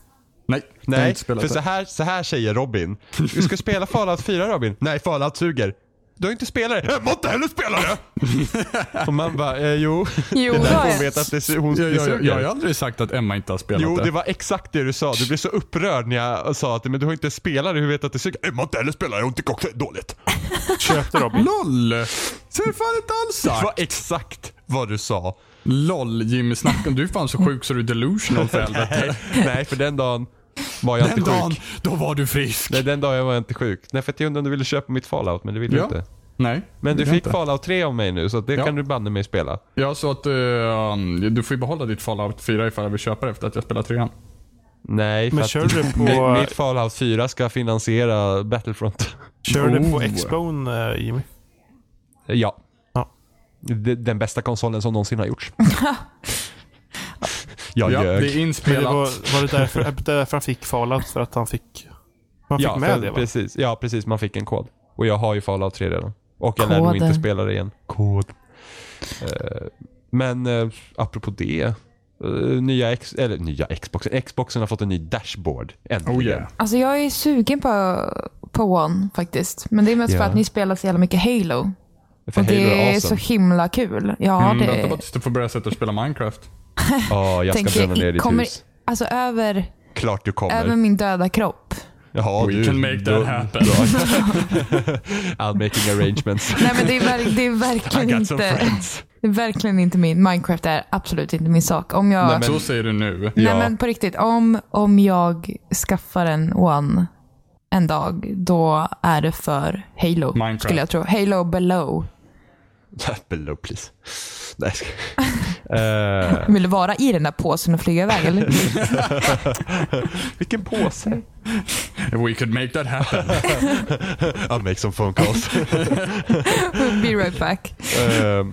S4: nej, jag har
S2: Nej,
S4: inte spelat
S2: för
S4: det.
S2: så här, så här säger Robin. Vi ska spela Fallout 4 Robin. Nej, Fallout suger. Du har inte spelat det. Jag måste heller spela det! Och man bara, eh, jo.
S1: Jo,
S2: det är
S1: då
S2: därför
S1: är
S2: hon
S1: det.
S2: vet att det, su- hon,
S4: Jag,
S2: det
S4: jag,
S2: suger.
S4: jag, har aldrig sagt att Emma inte har spelat
S2: Jo, det
S4: det.
S2: var exakt det du sa. Du blev så upprörd när jag sa att men du har inte spelat det. Hur vet du att det suger? Jag måste heller spela det. Hon tycker också det är dåligt.
S3: Köpte Robin?
S4: LOL! Så är det fan inte alls
S2: Det var
S4: sagt.
S2: exakt vad du sa.
S4: LOL Jimmy, snacka om du är fan så sjuk så du är delusional för helvete.
S2: Nej, för den dagen var jag
S4: Den
S2: inte
S4: dagen,
S2: sjuk.
S4: då var du frisk.
S2: Nej, den dagen jag var inte sjuk. Nej, för att jag undrade om du ville köpa mitt Fallout, men det ville du
S4: Ja.
S2: inte.
S4: Nej.
S2: Men du
S4: det är
S2: fick
S4: inte.
S2: Fallout 3 av mig nu, så det
S4: Ja.
S2: kan du banne mig spela.
S4: Jag sa att eh, du får ju behålla ditt Fallout 4 ifall jag vill köpa det efter att jag spelar 3
S2: Nej,
S3: Men
S2: för
S3: kör
S2: att
S3: du på-
S2: mi- mitt Fallout 4 ska finansiera Battlefront.
S3: Kör du på
S4: Oh.
S3: Xbone eh, Jimmy?
S2: ja.
S3: Ja.
S2: D- Den bästa konsolen som någonsin har gjorts. jag ljög.
S4: Ja, det är
S3: Men det
S4: inspelat.
S3: var, var det därför, eh, därför han fick Fallout? För att han fick... Han fick
S2: ja,
S3: med
S2: för-
S3: det va?
S2: precis, ja, precis. Man fick en kod. Och jag har ju Fallout 3 redan. Och jag lär nog
S1: Koden.
S2: inte spela det igen. Kod. men eh, apropå det. eh, nya, ex- eller, nya Xboxen. Xboxen har fått en ny dashboard. Äntligen.
S4: Oh yeah.
S1: Alltså jag är sugen på, på One faktiskt. Men det är mest
S2: Ja.
S1: för att ni spelar så jävla mycket Halo.
S2: För
S1: och
S2: Halo
S1: det är
S2: awesome.
S1: så himla kul. Ja,
S4: Mm,
S1: det
S4: Vänta bara tills du får börja sätta och spela Minecraft.
S2: Ja, jag ska
S1: tänker
S2: bränna ner ditt
S1: kommer,
S2: hus.
S1: Alltså över,
S2: Klart du kommer.
S1: över min döda kropp.
S2: Ja,
S4: We
S2: du,
S4: can make that
S2: då-
S4: happen.
S2: då- I'm making arrangements.
S1: Nej men det är, ver- det är
S2: I
S1: verkligen
S2: got some
S1: inte
S2: friends.
S1: det är verkligen inte min. Minecraft är absolut inte min sak. Om jag,
S2: Nej,
S1: nej,
S2: Men-
S1: men,
S4: Så säger du nu.
S2: ja.
S1: på riktigt, om, om jag skaffar en One en dag, då är det för Halo.
S4: Minecraft.
S1: Skulle jag tro. Halo below.
S2: Below please. Nej, jag skojar. Eh,
S1: Vill du vara i den där påsen och flyga iväg eller?
S2: vilken påse.
S4: We could make that happen.
S2: I'll make some phone calls.
S1: Be right back.
S2: Eh,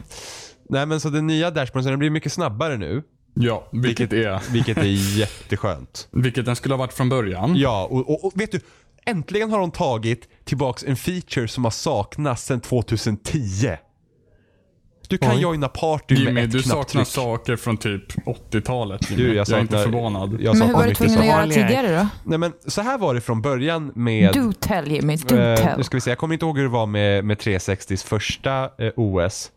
S2: nej men så den nya dashboarden så den blir mycket snabbare nu.
S4: Ja, vilket är.
S2: Vilket är jätteskönt.
S4: Vilket den skulle ha varit från början.
S2: Ja, och, och, och vet du? Äntligen har de tagit tillbaks en feature som har saknats sedan 2010. Du kan
S3: Oj.
S2: joina party med
S4: Jimmy,
S2: ett
S4: du saknar
S2: knapptryck.
S4: saker från typ 80-talet. Jimmy.
S2: Du, jag,
S4: jag,
S2: saknar,
S4: är inte förvånad.
S2: Jag
S1: Men hur
S2: saknar
S1: var du
S2: mycket
S1: tvungen att
S2: saker.
S1: göra
S3: vanliga-
S1: tidigare då?
S2: Nej men så här var det från början med...
S1: Do tell Jimmy, do
S2: eh,
S1: tell.
S2: nu ska vi se, jag kommer inte ihåg hur det var med, med 360s första eh, OS.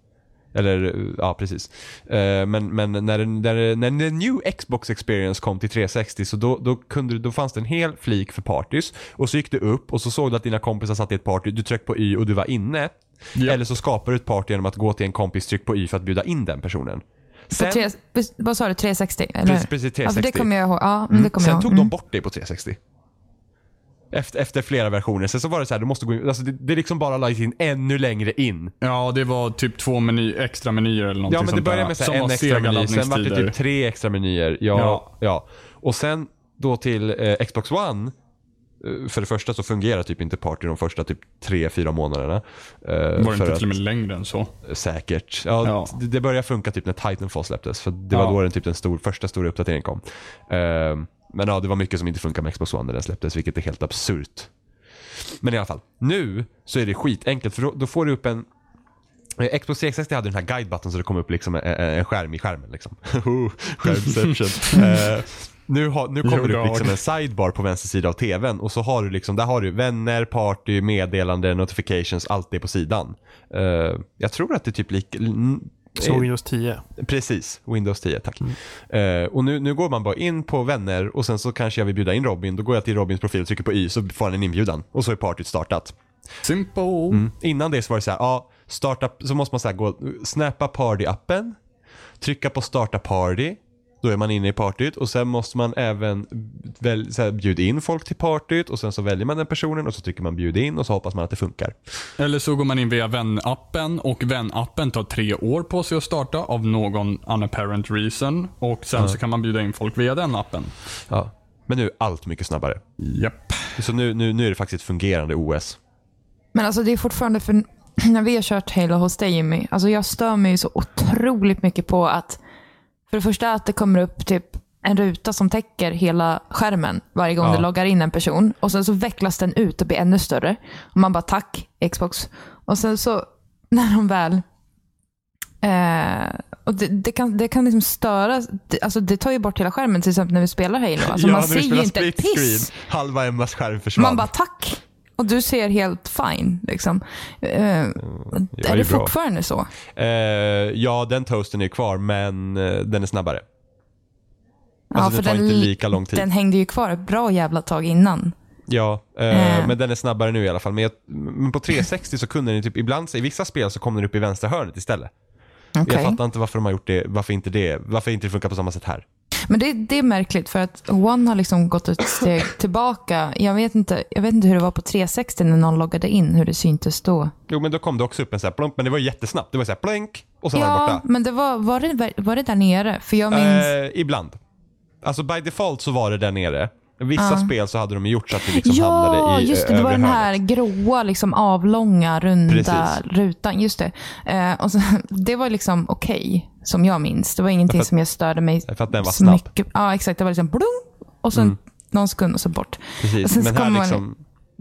S2: Eller ja, precis. Eh, men men när, den, när, den- när the new Xbox experience kom till 360 så då, då, kunde, du- då fanns det en hel flik för parties. Och så gick du upp och så såg du att dina kompisar satt i ett party. Du tryckte på Y och du var inne.
S4: Ja.
S2: Eller så skapar du ett party genom att gå till en kompis, tryck på Y för att bjuda in den personen.
S1: På
S2: Sen,
S1: tre, vad sa du? 360? Eller?
S2: Precis, precis,
S1: Ja, för det
S2: 360.
S1: kommer jag ihåg. Ja, men det kommer jag
S2: sen
S1: ihåg. Mm.
S2: tog de bort det på 360. Efter, efter flera versioner. Sen så var det så här, du måste gå in, alltså det, det är liksom bara lagt in ännu längre in.
S4: Ja, det var typ två meny, extra menyer eller någonting
S2: Ja men det
S4: sånt
S2: började
S4: där,
S2: med så
S4: som
S2: här, en
S4: var
S2: extra
S4: sega
S2: meny, sen var det
S4: laddningstider.
S2: typ tre extra menyer. Ja,
S4: Ja.
S2: ja. Och sen då till eh, Xbox One. eh, För det första så fungerar typ inte party de första typ tre, fyra månaderna. Eh,
S4: Var det
S2: för
S4: inte till och med längre än så?
S2: Säkert. Ja,
S4: Ja.
S2: Det, det började funka typ när Titanfall släpptes. För det var
S4: Ja.
S2: då den, typ, den stor, första stora uppdateringen kom. Ehm, men ja, det var mycket som inte funkade med Xbox One när den släpptes, vilket är helt absurt. Men i alla fall, nu så är det skitenkelt för då, då får du upp en eh, Xbox 360 hade den här guide-button så det kom upp liksom en, en en skärm i skärmen. Liksom. Oh, Skärmception. Eh, nu, har, nu kommer
S4: Jo,
S2: det upp
S4: dag.
S2: liksom en sidebar på vänster sida av tvn och så har du liksom, där har du vänner, party, meddelanden, notifications, allt det på sidan. Eh, jag tror att det är typ lik... n- eh,
S3: Så Windows 10.
S2: Precis, Windows 10, tack. Eh, och nu, nu går man bara in på vänner och sen så kanske jag vill bjuda in Robin. Då går jag till Robins profil och trycker på Y så får han en inbjudan och så är partyt startat.
S4: Simple.
S2: Innan det så var det så här, ja, starta, så måste man så här gå, snappa party-appen, trycka på starta party, då är man inne i partyt och sen måste man även väl, så här, bjuda in folk till partyt och sen så väljer man den personen och så trycker man bjud in och så hoppas man att det funkar.
S4: Eller så går man in via vänappen och vänappen tar tre år på sig att starta av någon unapparent reason. Och sen så kan man bjuda in folk via den appen.
S2: Ja. Men nu är allt mycket snabbare.
S4: Japp.
S2: Så nu, nu, nu är det faktiskt ett fungerande OS.
S1: Men alltså det är fortfarande för när vi har kört Halo hos dig Jimmy, alltså jag stör mig ju så otroligt mycket på att för det första att det kommer upp typ en ruta som täcker hela skärmen varje gång
S2: Ja.
S1: du loggar in en person och sen så vecklas den ut och blir ännu större. Och man bara tack Xbox. Och sen så när de väl Eh, och det, det kan, det kan liksom störa, det, alltså det tar ju bort hela skärmen till exempel när vi spelar Halo. Alltså man
S2: när vi
S1: ser ju
S2: spelar
S1: inte ett
S2: split
S1: piss.
S2: screen, Halva Emmas skärm försvann.
S1: Man bara tack. Och du ser helt fine. Liksom. Eh,
S2: är
S1: är det
S2: bra.
S1: fortfarande så?
S2: Eh, ja, den toasten är kvar men eh, den är snabbare. Alltså, det tar inte lika lång tid.
S1: den hängde ju kvar ett bra jävla tag innan.
S2: Ja, eh,
S1: Eh.
S2: men den är snabbare nu i alla fall. Men, jag, men på 360 så kunde den typ, ibland så- i vissa spel så kom den upp i vänstra hörnet istället.
S1: Okej.
S2: Jag fattar inte varför de har gjort det, varför inte det, varför inte det funkar på samma sätt här.
S1: Men det, det är märkligt för att One har liksom gått ett steg tillbaka. Jag vet, inte, jag vet inte hur det var på 360 när någon loggade in, hur det syntes då.
S2: Jo men då kom det också upp en sån här plonk, men det var jättesnabbt. Det var så här plonk och sen var det
S1: Ja,
S2: borta.
S1: men det var, var, det, var det där nere? För jag minns...
S2: Eh, ibland. Alltså by default så var det där nere. Vissa spel så hade de gjort så att det liksom
S1: Ja,
S2: hamnade i
S1: just det.
S2: eh,
S1: Det var
S2: övre
S1: den här
S2: hörnet.
S1: gråa, liksom avlånga, runda
S2: Precis.
S1: rutan. Just det. Eh, och sen, det var liksom okej, som jag minns. Det var ingenting
S2: För att-
S1: som jag störde mig
S2: för att den
S1: så
S2: var snabb. Mm.
S1: mycket. Ja, exakt. Det var liksom blung och sen någon sekund och så bort. Och
S2: Precis,
S1: sen
S2: men
S1: så
S2: här,
S1: kommer man-
S2: liksom,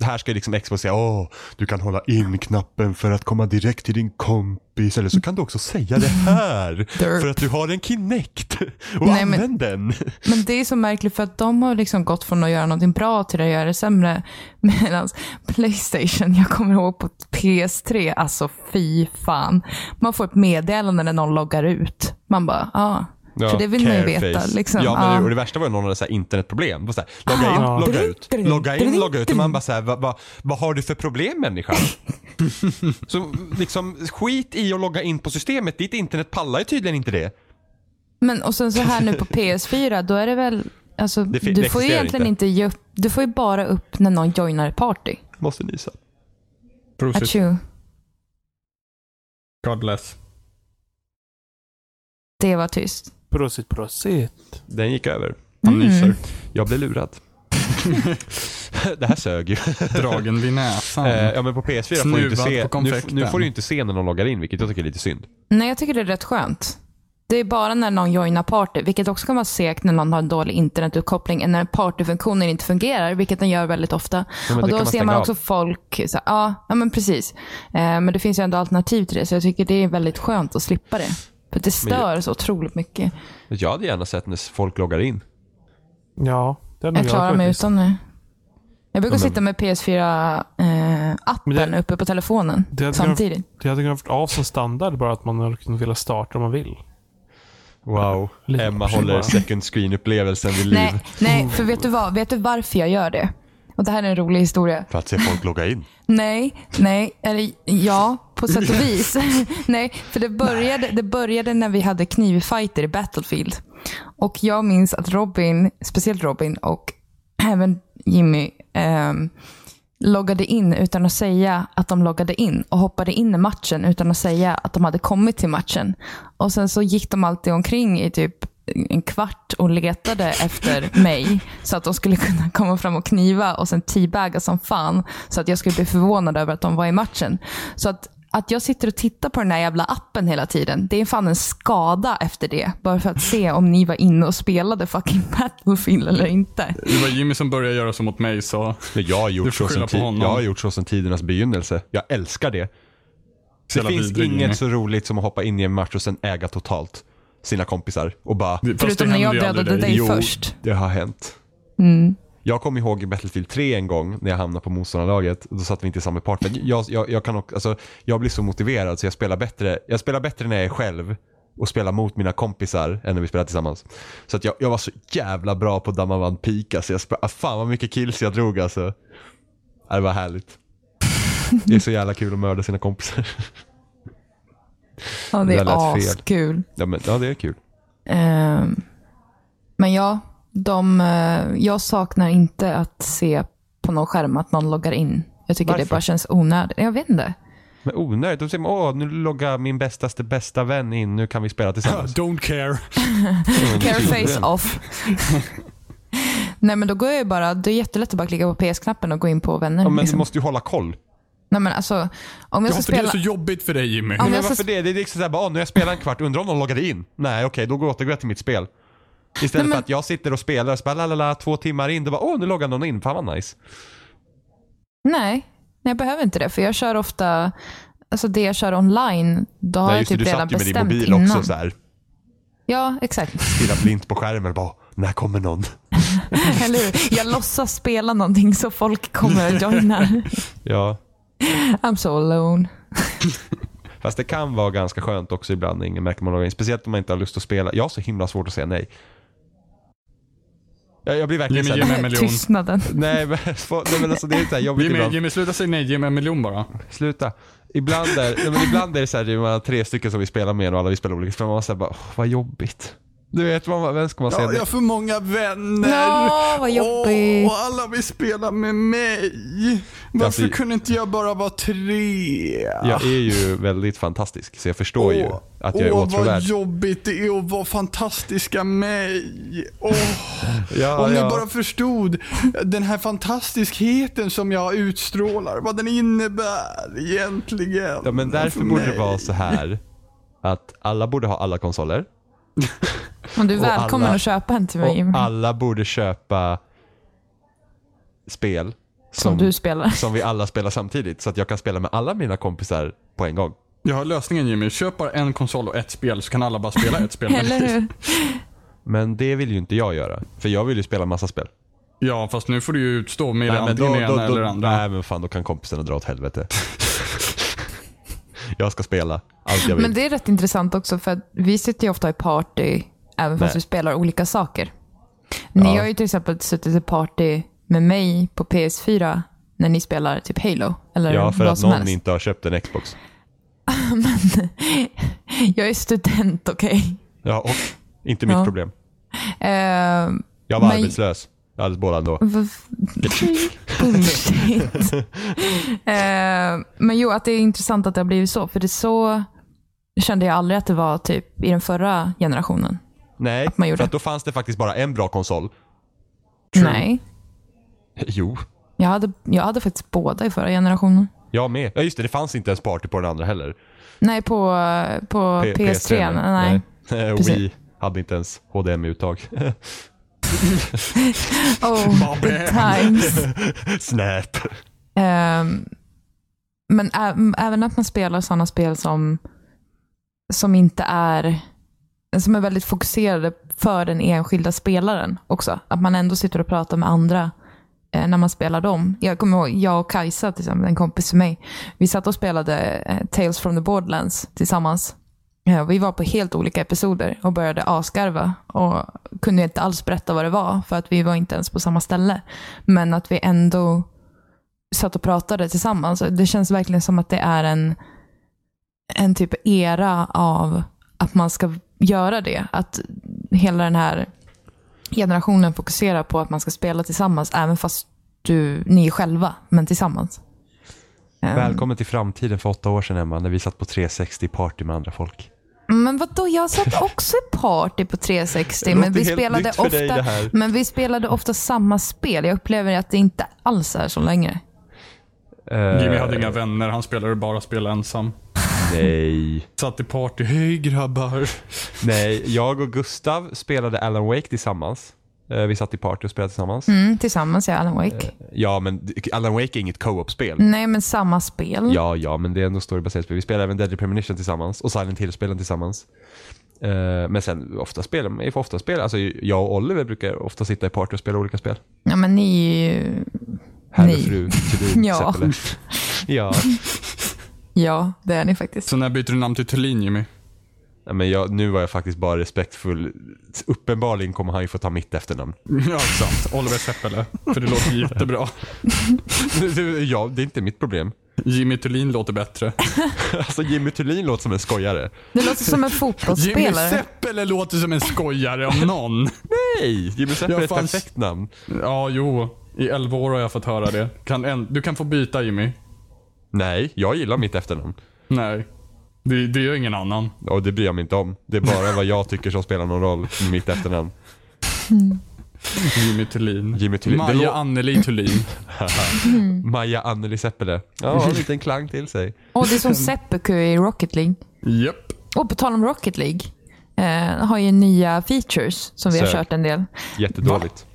S2: här ska ju liksom Xbox säga åh, du kan hålla in knappen för att komma direkt till din kompis eller så kan du också säga det här för att du har en Kinect och
S1: Nej, men-
S2: använd den.
S1: Men det är så märkligt för att de har liksom gått från att göra någonting bra till att göra det sämre. Medan Playstation, jag kommer ihåg på PS3, alltså fy fan. Man får ett meddelande när någon loggar ut. Man bara, ah. för det vill man ju veta. Liksom.
S2: ja, men,
S1: Ah.
S2: och det värsta var ju någon hade så här internetproblem. Det var Så här, logga in,
S1: Ja.
S2: logga
S1: Dring,
S2: ut,
S1: dring,
S2: logga in,
S1: dring,
S2: logga ut. Och
S1: dring.
S2: man bara så här, vad, vad, vad har du för problem människa? så liksom, skit i att logga in på systemet. Ditt internet pallar ju tydligen inte det.
S1: Men och sen så här nu på PS4, då är det väl... Alltså,
S2: Det fi-
S1: du
S2: det
S1: får ju
S2: existerar
S1: egentligen
S2: inte.
S1: inte ge upp. Du får ju bara upp när någon joinar ett party.
S2: Måste nysa.
S4: Prosit.
S1: Achoo.
S4: Godless.
S1: Det var tyst. Mm.
S3: Prosit, prosit.
S2: Den gick över.
S4: Han nyser.
S2: Jag blev lurad. det här sög ju.
S4: Dragen vid näsan.
S2: Eh, ja men på PS4 får du inte
S4: Snuvad
S2: se,
S4: på
S2: nu,
S4: konfekten.
S2: nu får du ju inte se när någon loggar in vilket jag tycker är lite synd.
S1: Nej, jag tycker det är rätt skönt. Det är bara när någon joinar party, vilket också kan vara segt när någon har en dålig internetutkoppling, eller när partyfunktionen inte fungerar, vilket den gör väldigt ofta.
S2: men
S1: och
S2: det
S1: då
S2: kan
S1: ser
S2: man stänga
S1: man
S2: av.
S1: också folk, så här, ja, ja men precis. Eh, men det finns ju ändå alternativ till det, så jag tycker det är väldigt skönt att slippa det. För det stör så otroligt mycket.
S2: Jag hade gärna sett när folk loggar in.
S3: Mm, Ja, den har
S1: Jag klarar mig
S3: faktiskt.
S1: utan nu. Jag Jag brukar
S2: Ja, men-
S1: sitta med PS4-appen
S3: Men det-
S1: eh, uppe på telefonen
S3: det hade Mm.
S1: samtidigt.
S3: Det hade kunnat vara av som standard bara att man hade kunnat vilja starta om man vill.
S2: Wow.
S3: Lite
S2: Emma
S3: option
S2: håller
S3: bara.
S2: second screen-upplevelsen vid liv.
S1: Nej, nej, för vet du, vad? vet du varför jag gör det? Och Det här är en rolig historia.
S2: För att se folk logga in.
S1: Nej, nej, eller ja, på sätt och vis. nej, för det började, det började när vi hade knivfighter i Battlefield. Och jag minns att Robin, speciellt Robin och även Jimmy, ehm, loggade in utan att säga att de loggade in och hoppade in i matchen utan att säga att de hade kommit till matchen. Och sen så gick de alltid omkring i typ en kvart och letade efter mig så att de skulle kunna komma fram och kniva och sen teabagga som fan så att jag skulle bli förvånad över att de var i matchen. Så att, att jag sitter och tittar på den här jävla appen hela tiden, det är fan en skada efter det. Bara för att se om ni var inne och spelade fucking Battlefield eller inte.
S4: Det var Jimmy som började göra så mot mig så...
S2: Men jag har
S4: Du
S2: gjort,
S4: får
S2: så
S4: skylla
S2: som,
S4: på honom.
S2: ti- jag har gjort så som tidernas begynnelse. Jag älskar det. Det
S4: Jävla
S2: finns
S4: vidrig Jimmy.
S2: inget så roligt som att hoppa in i en match och sen äga totalt sina kompisar och bara
S4: Fast det
S1: Förutom när jag
S4: händer ju aldrig
S1: dödade dig
S2: Jo,
S1: först.
S2: det har hänt. Jag kommer ihåg i Battlefield 3 en gång när jag hamnade på motståndarlaget. Då satt vi inte i samma part. Men jag, jag, jag, kan också, alltså, jag blir så motiverad så jag spelar, bättre, jag spelar bättre när jag är själv och spelar mot mina kompisar än när vi spelar tillsammans. Så att jag, jag var så jävla bra på Damavan Peak. Alltså, jag spe, ah, fan vad mycket kills jag drog alltså. Ja, Det var härligt. Det är så jävla kul att mörda sina kompisar.
S1: Ja, det
S2: Det där
S1: är
S2: lät fel.
S1: askul.
S2: Ja, men, ja det är kul.
S1: Ehm, men ja, de, eh, jag saknar inte att se på någon skärm att någon loggar in. Jag tycker det
S2: Varför?
S1: bara känns onödigt. Jag vet inte.
S2: Men onödigt. De säger åh nu loggar min bästaste bästa vän in. Nu kan vi spela tillsammans.
S4: Don't care.
S1: Carefface off. Nej men då går jag ju bara, det är jättelätt att bara klicka på PS-knappen och gå in på vänner.
S2: Ja, men du
S1: liksom.
S2: måste ju hålla koll.
S1: Nej men alltså, om jag
S4: Ja,
S1: ska
S4: för det är
S1: spela...
S4: så jobbigt för dig Jimmy.
S1: Ja,
S2: Men
S1: jag ska
S2: varför det? Det är liksom såhär, bara, "Åh, nu har jag spelat en kvart, undrar om någon loggade in? Nej, okej, då går jag återgår jag till mitt spel. Istället
S1: Nej, men-
S2: för att jag sitter och spelar och spelar lalala, två timmar in, då bara, åh, nu loggar någon in, fan vad nice.
S1: Nej, nej, jag behöver inte det. För jag kör ofta, alltså det jag kör online, då har
S2: Nej,
S1: jag
S2: just det,
S1: typ
S2: du
S1: redan
S2: satt ju med din
S1: bestämt
S2: mobil
S1: innan.
S2: också såhär,
S1: Ja, exakt.
S2: stirrar blint på skärmen och bara, när kommer någon?
S1: Eller hur? Jag låtsas spela någonting så folk kommer och joinar.
S2: Ja,
S1: I'm so alone.
S2: fast det kan vara ganska skönt också ibland när ingen märker man loggar in. Speciellt om man inte har lust att spela. Jag har så himla svårt att säga nej. Jag, jag blir verkligen
S4: Jimmy,
S2: såhär,
S4: Jimmy. en miljon.
S1: Tystnaden.
S2: nej men, nej men alltså det är såhär jobbigt
S4: Jimmy,
S2: ibland.
S4: Jimmy, sluta säga nej. Jimmy, en miljon bara.
S2: Sluta. Ibland är, nej, men ibland är det så här, det är man har tre stycken som vi spelar med och alla vi spelar olika spel. Man var så här bara, "Åh, vad jobbigt. Du vet, man, vem ska man säga? det?
S4: för många vänner.
S1: Ja, vad jobbigt.
S4: Åh, och alla vill spela med mig. Varför
S2: Alltså,
S4: kunde inte jag bara vara tre?
S2: Jag är ju väldigt fantastisk, så jag förstår ju att jag är
S4: Ah. åh, vad
S2: åtråvärd.
S4: jobbigt det är att vara fantastiska mig. Åh,
S2: Ja,
S4: om
S2: ja.
S4: ni bara förstod den här fantastiskheten som jag utstrålar, vad den innebär egentligen.
S2: ja, men därför
S4: för
S2: borde
S4: mig.
S2: det vara så här att alla borde ha alla konsoler
S1: Men du är
S2: Och
S1: välkommen
S2: alla-
S1: att köpa en till mig Jimmy,
S2: och alla borde köpa spel
S1: som du spelar.
S2: som vi alla spelar samtidigt. Så att jag kan spela med alla mina kompisar på en gång.
S4: Jag har lösningen Jimmy, köp bara en konsol och ett spel så kan alla bara spela ett spel.
S1: Eller hur?
S2: Men det vill ju inte jag göra, för jag vill ju spela massa spel.
S4: Ja, fast nu får du ju utstå
S2: Nej,
S4: med
S2: men
S4: antingen det
S2: då,
S4: ena
S2: då, då,
S4: eller det andra.
S2: Nej men fan, då kan kompisarna dra åt helvete. jag ska spela allt jag vill.
S1: Men det är rätt intressant också för att vi sitter ju ofta i party även fast
S2: Nej.
S1: vi spelar olika saker. Ni
S2: Ja.
S1: har ju till exempel suttit i party med mig på PS4 när ni spelar typ Halo eller
S2: ja, för
S1: vad
S2: att
S1: som
S2: någon
S1: helst.
S2: inte har köpt en Xbox.
S1: Jag är student, okej.
S2: Ja, och inte mitt
S1: Ja.
S2: problem.
S1: Eh,
S2: Jag var
S1: Men- Mm.
S2: arbetslös. Jag hade båda ändå.
S1: v- Bullshit. Eh, men jo, att det är intressant att det har blivit så. För det är så kände jag aldrig att det var typ i den förra generationen.
S2: Nej,
S1: man gjorde.
S2: för att då fanns det faktiskt bara en bra konsol.
S1: Nej,
S2: Jo.
S1: jag hade, jag hade faktiskt båda i förra generationen.
S2: Jag med. Ja just det, det fanns inte ens party på den andra heller.
S1: Nej, på, eh, på
S2: P-
S1: PS3. nej.
S2: Nej.
S1: Precis.
S2: Wii hade inte ens HDMI-uttag.
S1: Oh, good times.
S2: Snap.
S1: Ehm, men ä- även att man spelar sådana spel som, som inte är som är väldigt fokuserade för den enskilda spelaren också. Att man ändå sitter och pratar med andra eh, när man spelade dem. Jag kommer ihåg, jag och Kajsa, till exempel, en kompis till mig, vi satt och spelade eh, Tales from the Borderlands tillsammans. Eh, Vi var på helt olika episoder och började asgarva och kunde inte alls berätta vad det var för att vi var inte ens på samma ställe. Men att vi ändå satt och pratade tillsammans. Det känns verkligen som att det är en, en typ era av att man ska göra det. Att hela den här generationen fokuserar på att man ska spela tillsammans även fast du, ni är själva, men tillsammans. Ehm,
S2: Välkommen till framtiden för åtta år sedan Emma, när vi satt på 360 party med andra folk.
S1: Men vadå, jag satt också i party på 360, men vi, spelade ofta, men vi spelade ofta samma spel. Jag upplever att det inte alls är så länge.
S2: Eh,
S4: Jimmy hade inga vänner, han spelade bara spel ensam.
S2: Nej.
S4: Satt i party, hej grabbar.
S2: Nej, jag och Gustav spelade Alan Wake tillsammans. Eh, Vi satt i party och spelade tillsammans.
S1: Mm, tillsammans, ja, Alan Wake.
S4: Eh.
S2: Ja, men Alan Wake är inget co-op-spel.
S1: Nej, men samma spel.
S2: Ja, ja, men det är ändå storybaserat spel. Vi spelar även Deadly Premonition tillsammans och Silent Hill-spelen tillsammans. Eh, men sen, ofta spelar man får ofta spela. Alltså, jag och Oliver brukar ofta sitta i party och spela olika spel.
S1: Ja, men ni är ju...
S2: Herr och
S1: Ni.
S2: fru, Thulin,
S1: Ja.
S2: Zeppelin. ja.
S1: Ja, det är ni faktiskt.
S4: Så när byter du namn till Thulin Jimmy?
S2: Nej, Men jag, nu var jag faktiskt bara respektfull. Uppenbarligen kommer han ju få ta mitt efternamn.
S4: Ja, sant. Oliver Seppele. För det låter jättebra.
S2: Du, ja, det är inte mitt problem.
S4: Jimmy Thulin låter bättre.
S2: Alltså Jimmy Thulin låter som en skojare.
S1: Det låter som en
S4: Jimmy
S1: fotbollsspelare.
S4: Seppele låter som en skojare om någon.
S2: Nej! Jimmy Seppel
S4: Jag
S2: är ett
S4: fanns-
S2: perfekt namn.
S4: Ja, jo. I 11 år har jag fått höra det. Kan en, du kan få byta Jimmy.
S2: Nej, jag gillar mitt efternamn.
S4: Nej. Det, det gör ingen annan.
S2: Och det bryr jag mig inte om. Det är bara vad jag tycker som spelar någon roll med mitt efternamn.
S4: Jimmy Thulin.
S2: Jimmy Thulin. Det
S4: Maja
S2: lå-
S4: Anneli Thulin.
S2: Maja Anneli Seppele.
S4: Mm.
S2: Ja, en liten klang till sig.
S1: Och det är som Seppuku i Rocket League.
S4: Japp.
S1: Och på tal om Rocket League, eh, har ju nya features som vi har
S2: Sök.
S1: kört en del.
S2: Jättedåligt.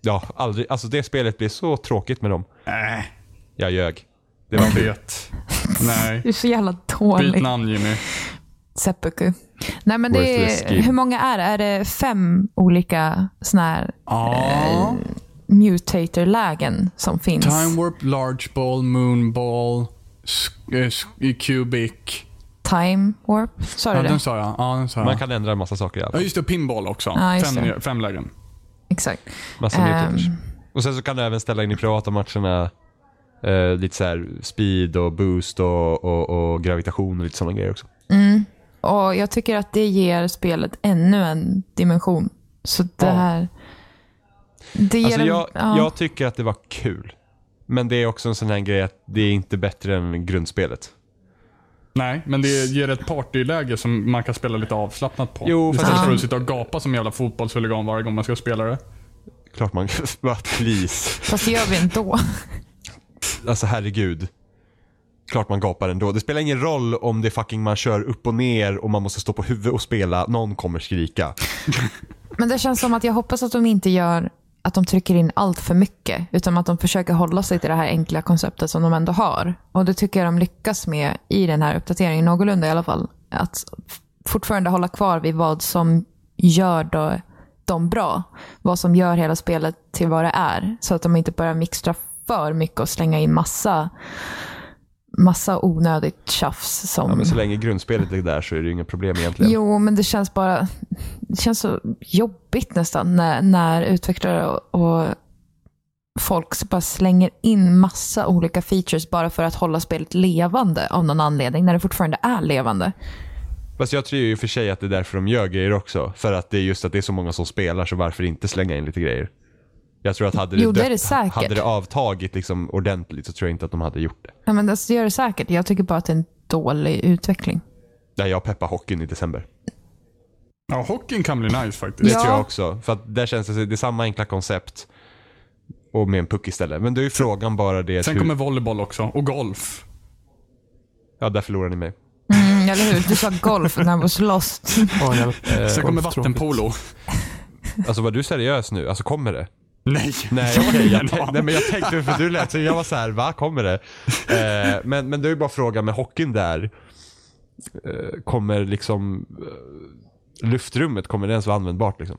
S2: Ja, aldrig. Alltså det spelet blir så tråkigt med dem.
S4: Äh,
S2: Jag ljög. Det var
S4: jag
S2: kul.
S4: vet. Nej.
S1: Det är så jävla
S4: Byt
S1: dåligt.
S4: namn Jimmy.
S1: Seppuku. Nej, men det
S2: Worthless
S1: är,
S2: scheme.
S1: hur många är det? Är det fem olika såna här eh,
S4: Ja.
S1: Äh, mutator-lägen som finns?
S4: Time Warp, Large Ball, Moon Ball, sk- eh, sk- Cubic.
S1: Time warp? Sa
S4: Ja,
S1: du
S4: den
S1: det?
S4: sa jag. Ja, den sa
S2: Man
S4: jag.
S2: kan ändra en massa saker i allt.
S4: Ja, just det. Pinball också.
S1: Ja, just
S4: fem, fem lägen.
S1: Exakt.
S2: Massa mutators.
S1: Ehm.
S2: Och sen så kan du även ställa in i privata matcherna eh, lite så här speed och boost och, och, och gravitation och lite sådana grejer också.
S1: mm. Och Jag tycker att det ger spelet ännu en dimension. Så det
S2: Ja.
S1: här... Det ger
S2: Alltså
S1: en,
S2: jag,
S1: ja.
S2: jag tycker att det var kul. Men det är också en sån här grej att det är inte bättre än grundspelet.
S4: Nej, men det ger ett partyläge som man kan spela lite avslappnat på.
S2: Jo, fast-
S4: Istället för
S1: Ja.
S4: att sitta och gapa som jävla fotbollshuligan varje gång man ska spela det.
S2: Klart man kan... bara, Please.
S1: Fast det gör vi ändå.
S2: Alltså herregud. Klart man gapar ändå. Det spelar ingen roll om det är fucking man kör upp och ner och man måste stå på huvudet och spela. Någon kommer skrika.
S1: Men det känns som att jag hoppas att de inte gör att de trycker in allt för mycket. Utan att de försöker hålla sig till det här enkla konceptet som de ändå har. Och det tycker jag de lyckas med i den här uppdateringen, någorlunda i alla fall. Att fortfarande hålla kvar vid vad som gör då, dem bra. Vad som gör hela spelet till vad det är. Så att de inte börjar mixtra för mycket och slänga in massa, massa onödigt tjafs som...
S2: Ja, men så länge grundspelet är där så är det ju inga problem egentligen.
S1: Jo, men det känns bara det känns så jobbigt nästan när, när utvecklare och, och folk så bara slänger in massa olika features bara för att hålla spelet levande av någon anledning, när det fortfarande är levande.
S2: Fast jag tror ju i och för sig att det är därför de gör grejer också. För att det är just att det är så många som spelar så varför inte slänga in lite grejer? Jag tror att hade det,
S1: Jo, det är
S2: dött-
S1: det säkert.
S2: hade det avtagit liksom ordentligt så tror jag inte att de hade gjort det.
S1: Ja, men alltså, det gör det säkert. Jag tycker bara att det är en dålig utveckling.
S2: Där jag peppar hockeyn i december.
S4: Ja, hockeyn kan bli nice
S2: Det
S4: faktiskt.
S1: Ja.
S2: tror jag också. För att där känns det, det är samma enkla koncept. Och med en puck istället. Men då är ju frågan bara det
S4: Sen
S2: hur-
S4: kommer volleyboll också, och golf.
S2: Ja, där förlorar ni mig.
S1: Mm, eller hur? Du sa golf när jag var lost.
S3: Ja, hjälp.
S4: Eh, Sen kommer
S3: golftråkigt.
S4: vattenpolo.
S2: Alltså var du seriös nu? Alltså kommer det?
S4: Nej.
S2: Nej, okej, jag tän- nej men jag tänkte för du lät så jag var så här, va kommer det? Eh, men, men det är ju bara frågan med hockeyn där. Eh, kommer liksom eh, luftrummet, kommer det ens vara användbart liksom?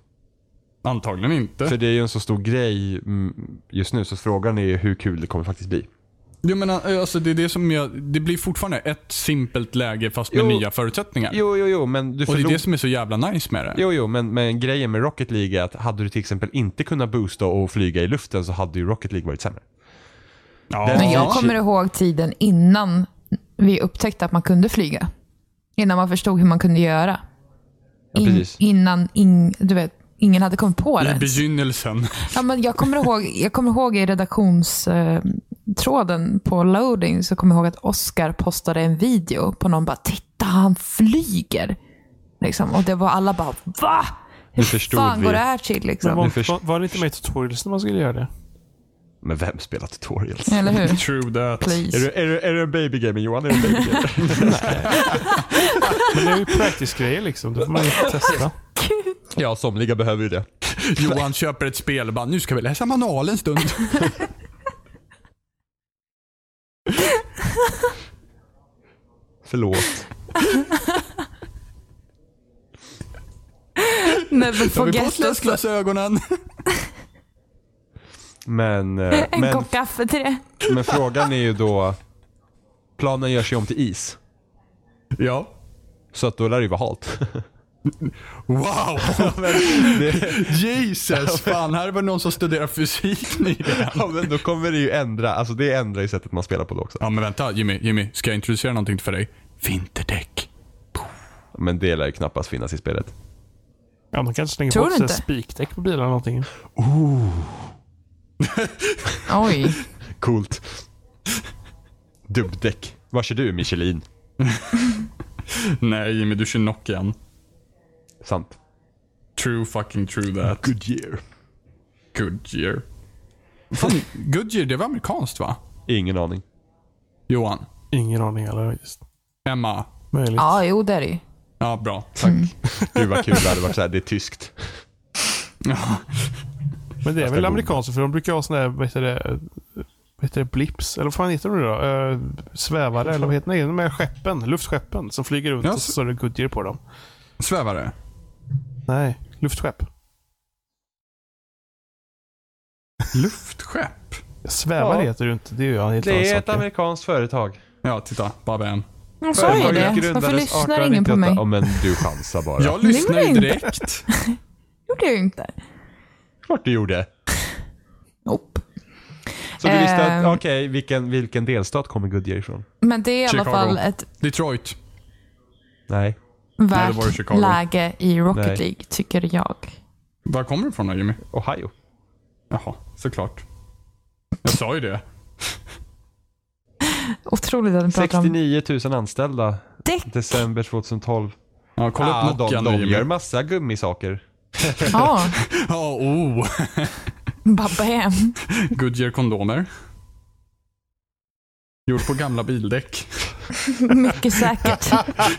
S4: Antagligen inte.
S2: För det är ju en så stor grej mm, just nu så frågan är ju hur kul det kommer faktiskt bli.
S4: Jag menar, eh, alltså, det, är det, som jag, det blir fortfarande ett simpelt läge fast med
S2: Jo.
S4: nya förutsättningar.
S2: Jo, jo, jo, men du
S4: och det är
S2: förlorar...
S4: det som är så jävla nice med det.
S2: Jo, jo, men, men grejen med Rocket League är att hade du till exempel inte kunnat boosta och flyga i luften så hade ju Rocket League varit sämre.
S4: Ja.
S2: Den-
S1: Men jag
S2: Ja.
S1: kommer ihåg tiden innan vi upptäckte att man kunde flyga. Innan man förstod hur man kunde göra.
S2: Ja,
S1: In,
S2: precis.
S1: innan in, du vet, ingen hade kommit på det.
S4: I begynnelsen.
S1: Ja, men jag, kommer ihåg, jag kommer ihåg i redaktionstråden på loading så kommer jag ihåg att Oscar postade en video på någon bara “Titta, han flyger!” liksom. Och det var alla bara “Va? Hur
S2: förstod
S1: fan
S2: vi.
S1: går det här till?”
S3: Men
S1: liksom.
S3: var,
S2: Nu först-
S3: var, var det inte med i tutorials när man skulle göra det?
S2: Men vem spelar tutorials?
S1: Eller hur?
S4: True that.
S2: Är du,
S1: Please.
S2: är, du, är du en babygamer Johan? Är du en babygamer?
S3: Men det är ju practice-grejer liksom. Då får man ju testa.
S2: ja, somliga behöver ju det.
S4: Johan köper ett spel och bara, nu ska vi läsa manualen en stund.
S2: Förlåt.
S1: Never
S4: Tar vi
S1: forget
S4: bort
S1: us.
S4: läsglasögonen?
S2: Men, eh,
S1: En
S2: men,
S1: kopp kaffe till det.
S2: men frågan är ju då... Planen gör sig om till is.
S4: Ja.
S2: Så att då lär det ju vara halt.
S4: Wow! Jesus! Fan, här var någon som studerar fysik nyligen.
S2: ja, men då kommer det ju ändra. Alltså det ändrar ju sättet man spelar på då också.
S4: Ja, men vänta Jimmy, Jimmy. Ska jag introducera någonting för dig? Vinterdäck.
S2: Men det lär ju knappast finnas i spelet.
S3: Ja, man kanske slänger
S1: Tror
S3: på
S1: du
S3: sig
S1: inte?
S3: spikdäck på bilarna eller någonting.
S1: Oj.
S2: Coolt. Dubbdäck. Var kör du Michelin?
S4: Nej Jimmy, du kör Nokian.
S2: Sant.
S4: True fucking true that.
S2: Goodyear.
S4: Goodyear. Fan, Goodyear, det var amerikanskt va?
S2: Ingen aning.
S4: Johan?
S3: Ingen aning heller faktiskt.
S4: Emma?
S3: Möjligt.
S1: Ja, jo det är det ju.
S4: Ja, bra.
S2: Gud vad kul det hade varit såhär, det är tyskt.
S3: Men det är
S2: Fast
S3: väl
S2: det är
S3: amerikanska för de brukar ha sådana här, vad heter det, vad heter det, blips? Eller vad fan heter de då? Eh, svävare eller vad heter det? De här skeppen, luftskeppen som flyger runt
S4: Ja,
S3: och
S4: så-
S3: så står det Goodyear på dem.
S4: Svävare?
S3: Nej, luftskepp.
S4: Luftskepp?
S3: Svävare
S2: Ja.
S3: heter det ju inte. Det är ju en helt annan sak.
S2: amerikanskt företag.
S4: Ja, titta. Babben.
S1: Jag sa ju det. Varför lyssnar ingen på mig?
S2: Ja men du chansar bara.
S4: Jag lyssnar ju
S1: inte.
S4: direkt.
S1: gjorde jag ju inte.
S2: klart du gjorde.
S1: Nope.
S2: Så du visste att,
S1: Ehm.
S2: okej, vilken, vilken delstat kommer Goodyear ifrån?
S1: Men det är i alla
S4: Chicago.
S1: fall ett
S4: Detroit.
S2: Nej.
S4: det var i
S1: värt
S4: Chicago.
S1: läge i Rocket
S2: Nej.
S1: League, tycker jag.
S4: Var kommer du ifrån då Jimmy?
S2: Ohio.
S4: Jaha, såklart. Jag sa ju det.
S1: Otroligt att ni pratar om
S2: 69 000 anställda
S1: däck.
S2: december 2012.
S4: Ja, kolla
S2: Ah,
S4: upp Nokian
S2: de,
S4: nu
S2: de gör
S4: Jimmy.
S2: massa gummisaker.
S1: Ja,
S4: Ja, oh.
S1: babba hem.
S4: Goodyear kondomer. Gjord på gamla bildäck.
S1: Mycket säkert.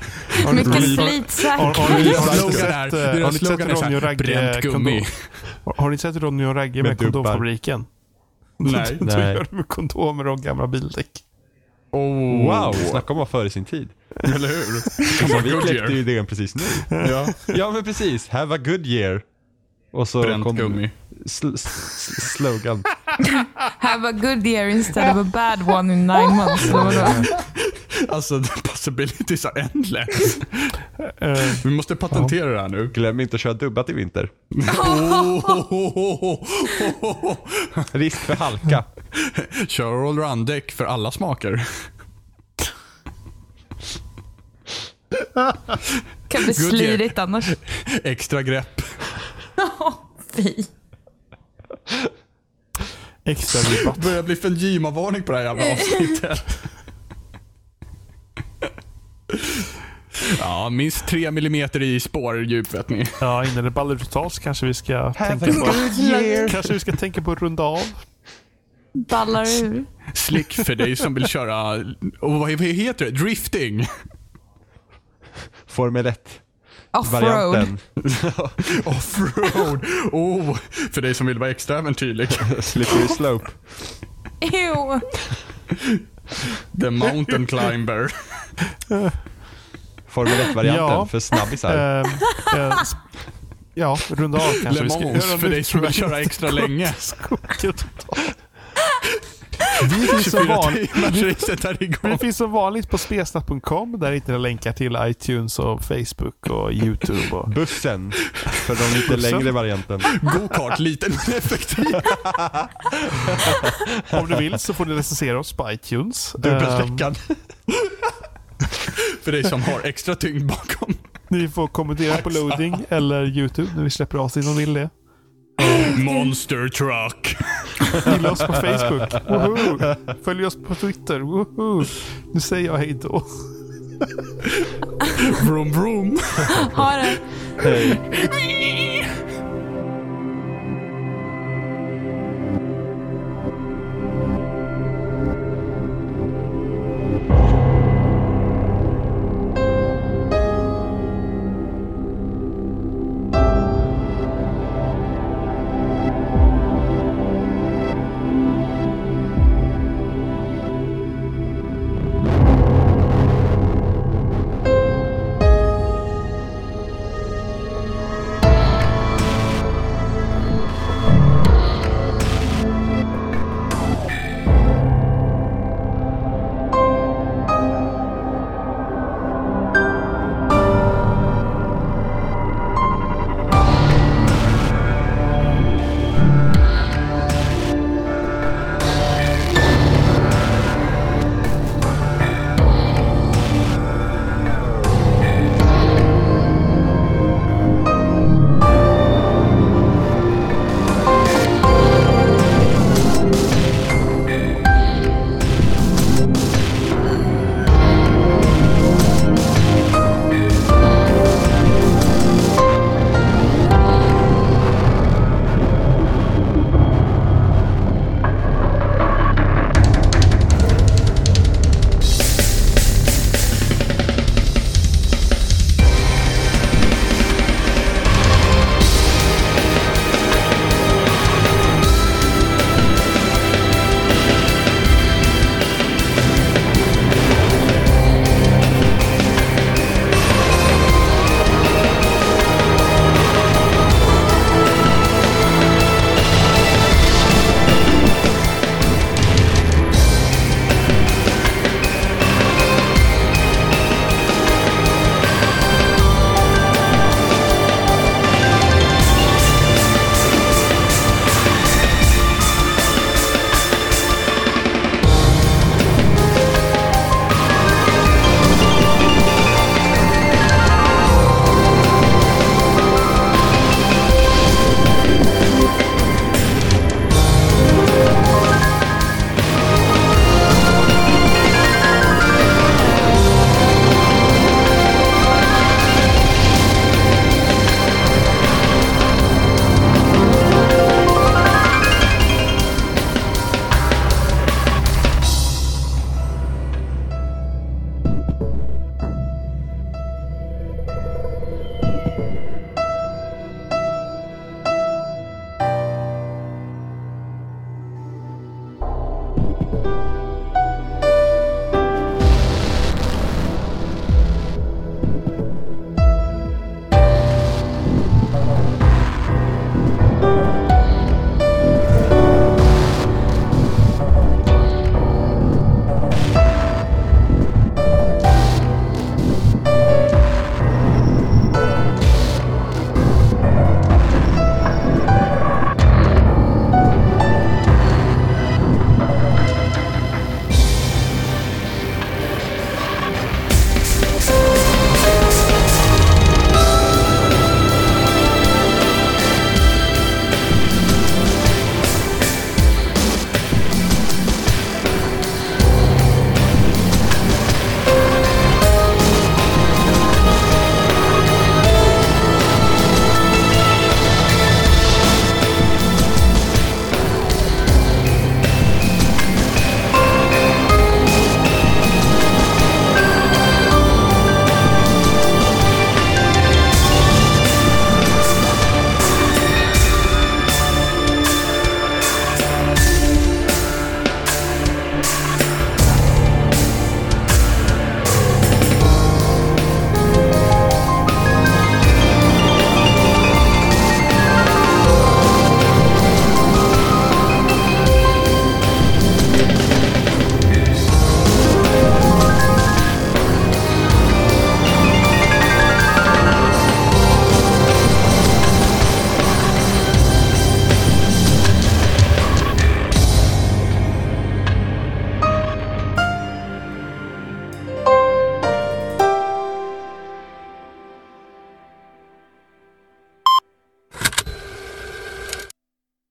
S1: Mycket
S3: roligt?
S1: slit
S3: Har,
S1: säkert.
S3: har, ni-
S4: Deras
S3: har, ni
S4: slogan
S3: sett,
S4: är,
S3: eh, har
S4: deras
S3: ni
S4: slogan är
S3: sett Ronny och
S4: såhär, bränt
S3: Ragge
S4: gummi.
S3: kondom? Har, har ni sett Ronny och Ragge med,
S2: Med dubbar.
S3: kondomfabriken?
S4: Nej.
S3: Då
S2: Nej.
S3: gör de med kondomer och gamla bildäck.
S4: Oh.
S2: Wow, snacka om att vara före sin tid.
S4: Eller hur?
S2: Alltså, vi
S4: Goodyear.
S2: kläckte ju idén precis nu.
S4: Ja.
S2: Ja men precis, have a good year. Och så
S4: Bränt gummi.
S2: Sl- sl- slogan.
S1: Have a good year instead of a bad one in nine months. Eller vadå?
S4: Alltså, the possibilities are endless.
S3: Eh,
S4: Vi måste patentera det här nu.
S2: Glöm inte att köra dubbat i vinter.
S4: Oh.
S2: Risk för halka.
S4: Kör allround-däck för alla smaker.
S1: Kan bli
S4: Good year.
S1: slirigt annars.
S4: Extra grepp.
S1: Fy.
S3: extra ribbon.
S4: Börjar bli Fujima-varning på det här jävla avsnittet. Ja, minst 3 millimeter i spår djup vet ni.
S3: Ja, innan det ballar ut totalt så kanske vi ska tänka på... Kanske vi ska tänka på att runda av.
S1: Ballar ur.
S4: Slick för dig som vill köra, och vad vad heter det? Drifting?
S2: Formel 1.
S1: Offroad.
S2: Varianten.
S4: Offroad? Oh, för dig som vill vara extra äventyrlig.
S2: Slippery slope.
S1: Ew.
S4: The mountain climber.
S2: Formel 1-varianten
S3: Ja.
S2: för snabbisar.
S3: Eh, eh, sp- Ehm, Ja, runda av kanske.
S4: Lemons för dig som vill köra extra länge.
S3: Vi finns som
S4: 24
S3: vanligt.
S4: timmars racet är igång.
S3: Vi finns som vanligt på spesnack.com. Där hittar ni länkar till iTunes, och Facebook och YouTube. Och...
S2: Bussen. För de lite
S3: Bussen.
S2: längre varianten.
S4: Go-kart, liten men effektiv.
S3: Om du vill så får du recensera oss på iTunes. Ehm,
S4: Dubbelstreckad. För dig som har extra tyngd bakom.
S3: Ni får kommentera på loading eller YouTube när vi släpper avsnitt om ni vill det.
S4: Monster truck.
S3: Gilla oss på Facebook. Woho! Följ oss på Twitter. Woho! Nu säger jag hej då.
S4: Vroom vroom.
S1: Ha det!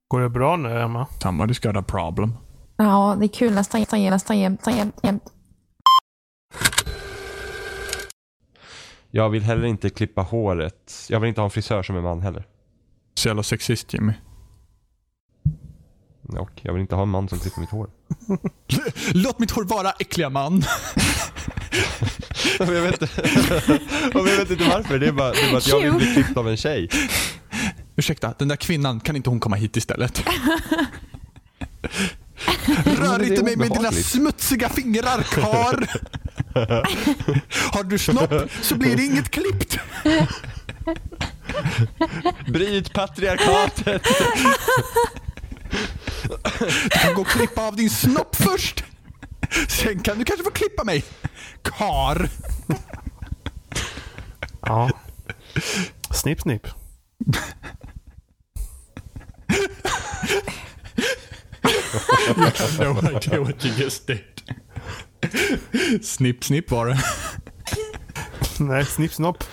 S3: Går det bra nu, Emma?
S4: Somebody's got a problem.
S1: Ja, det är kul nästan jämt, nästan jämt, nästan jämt, jämt.
S2: Jag vill heller inte klippa håret. Jag vill inte ha en frisör som är man heller.
S4: Så jävla sexist Jimmy.
S2: Och jag vill inte ha en man som klipper mitt hår.
S4: Låt mitt hår vara äckliga man.
S2: jag, vet, inte- jag vet inte varför. Det är, bara, det är bara att jag vill bli klippt av en tjej.
S4: Ursäkta, den där kvinnan, kan inte hon komma hit istället?
S2: men
S4: Rör
S2: det är
S4: inte mig med dina
S2: obehagligt.
S4: smutsiga fingrar, kar. Har du snopp så blir det inget klippt.
S2: Bryt patriarkatet!
S4: Du kan gå och klippa av din snopp först. Sen kan du kanske få klippa mig. Kar.
S3: Ja. Snipp, snipp.
S4: No idea what you just did. Snipp, snipp var det.
S3: Nej, snipp, snopp.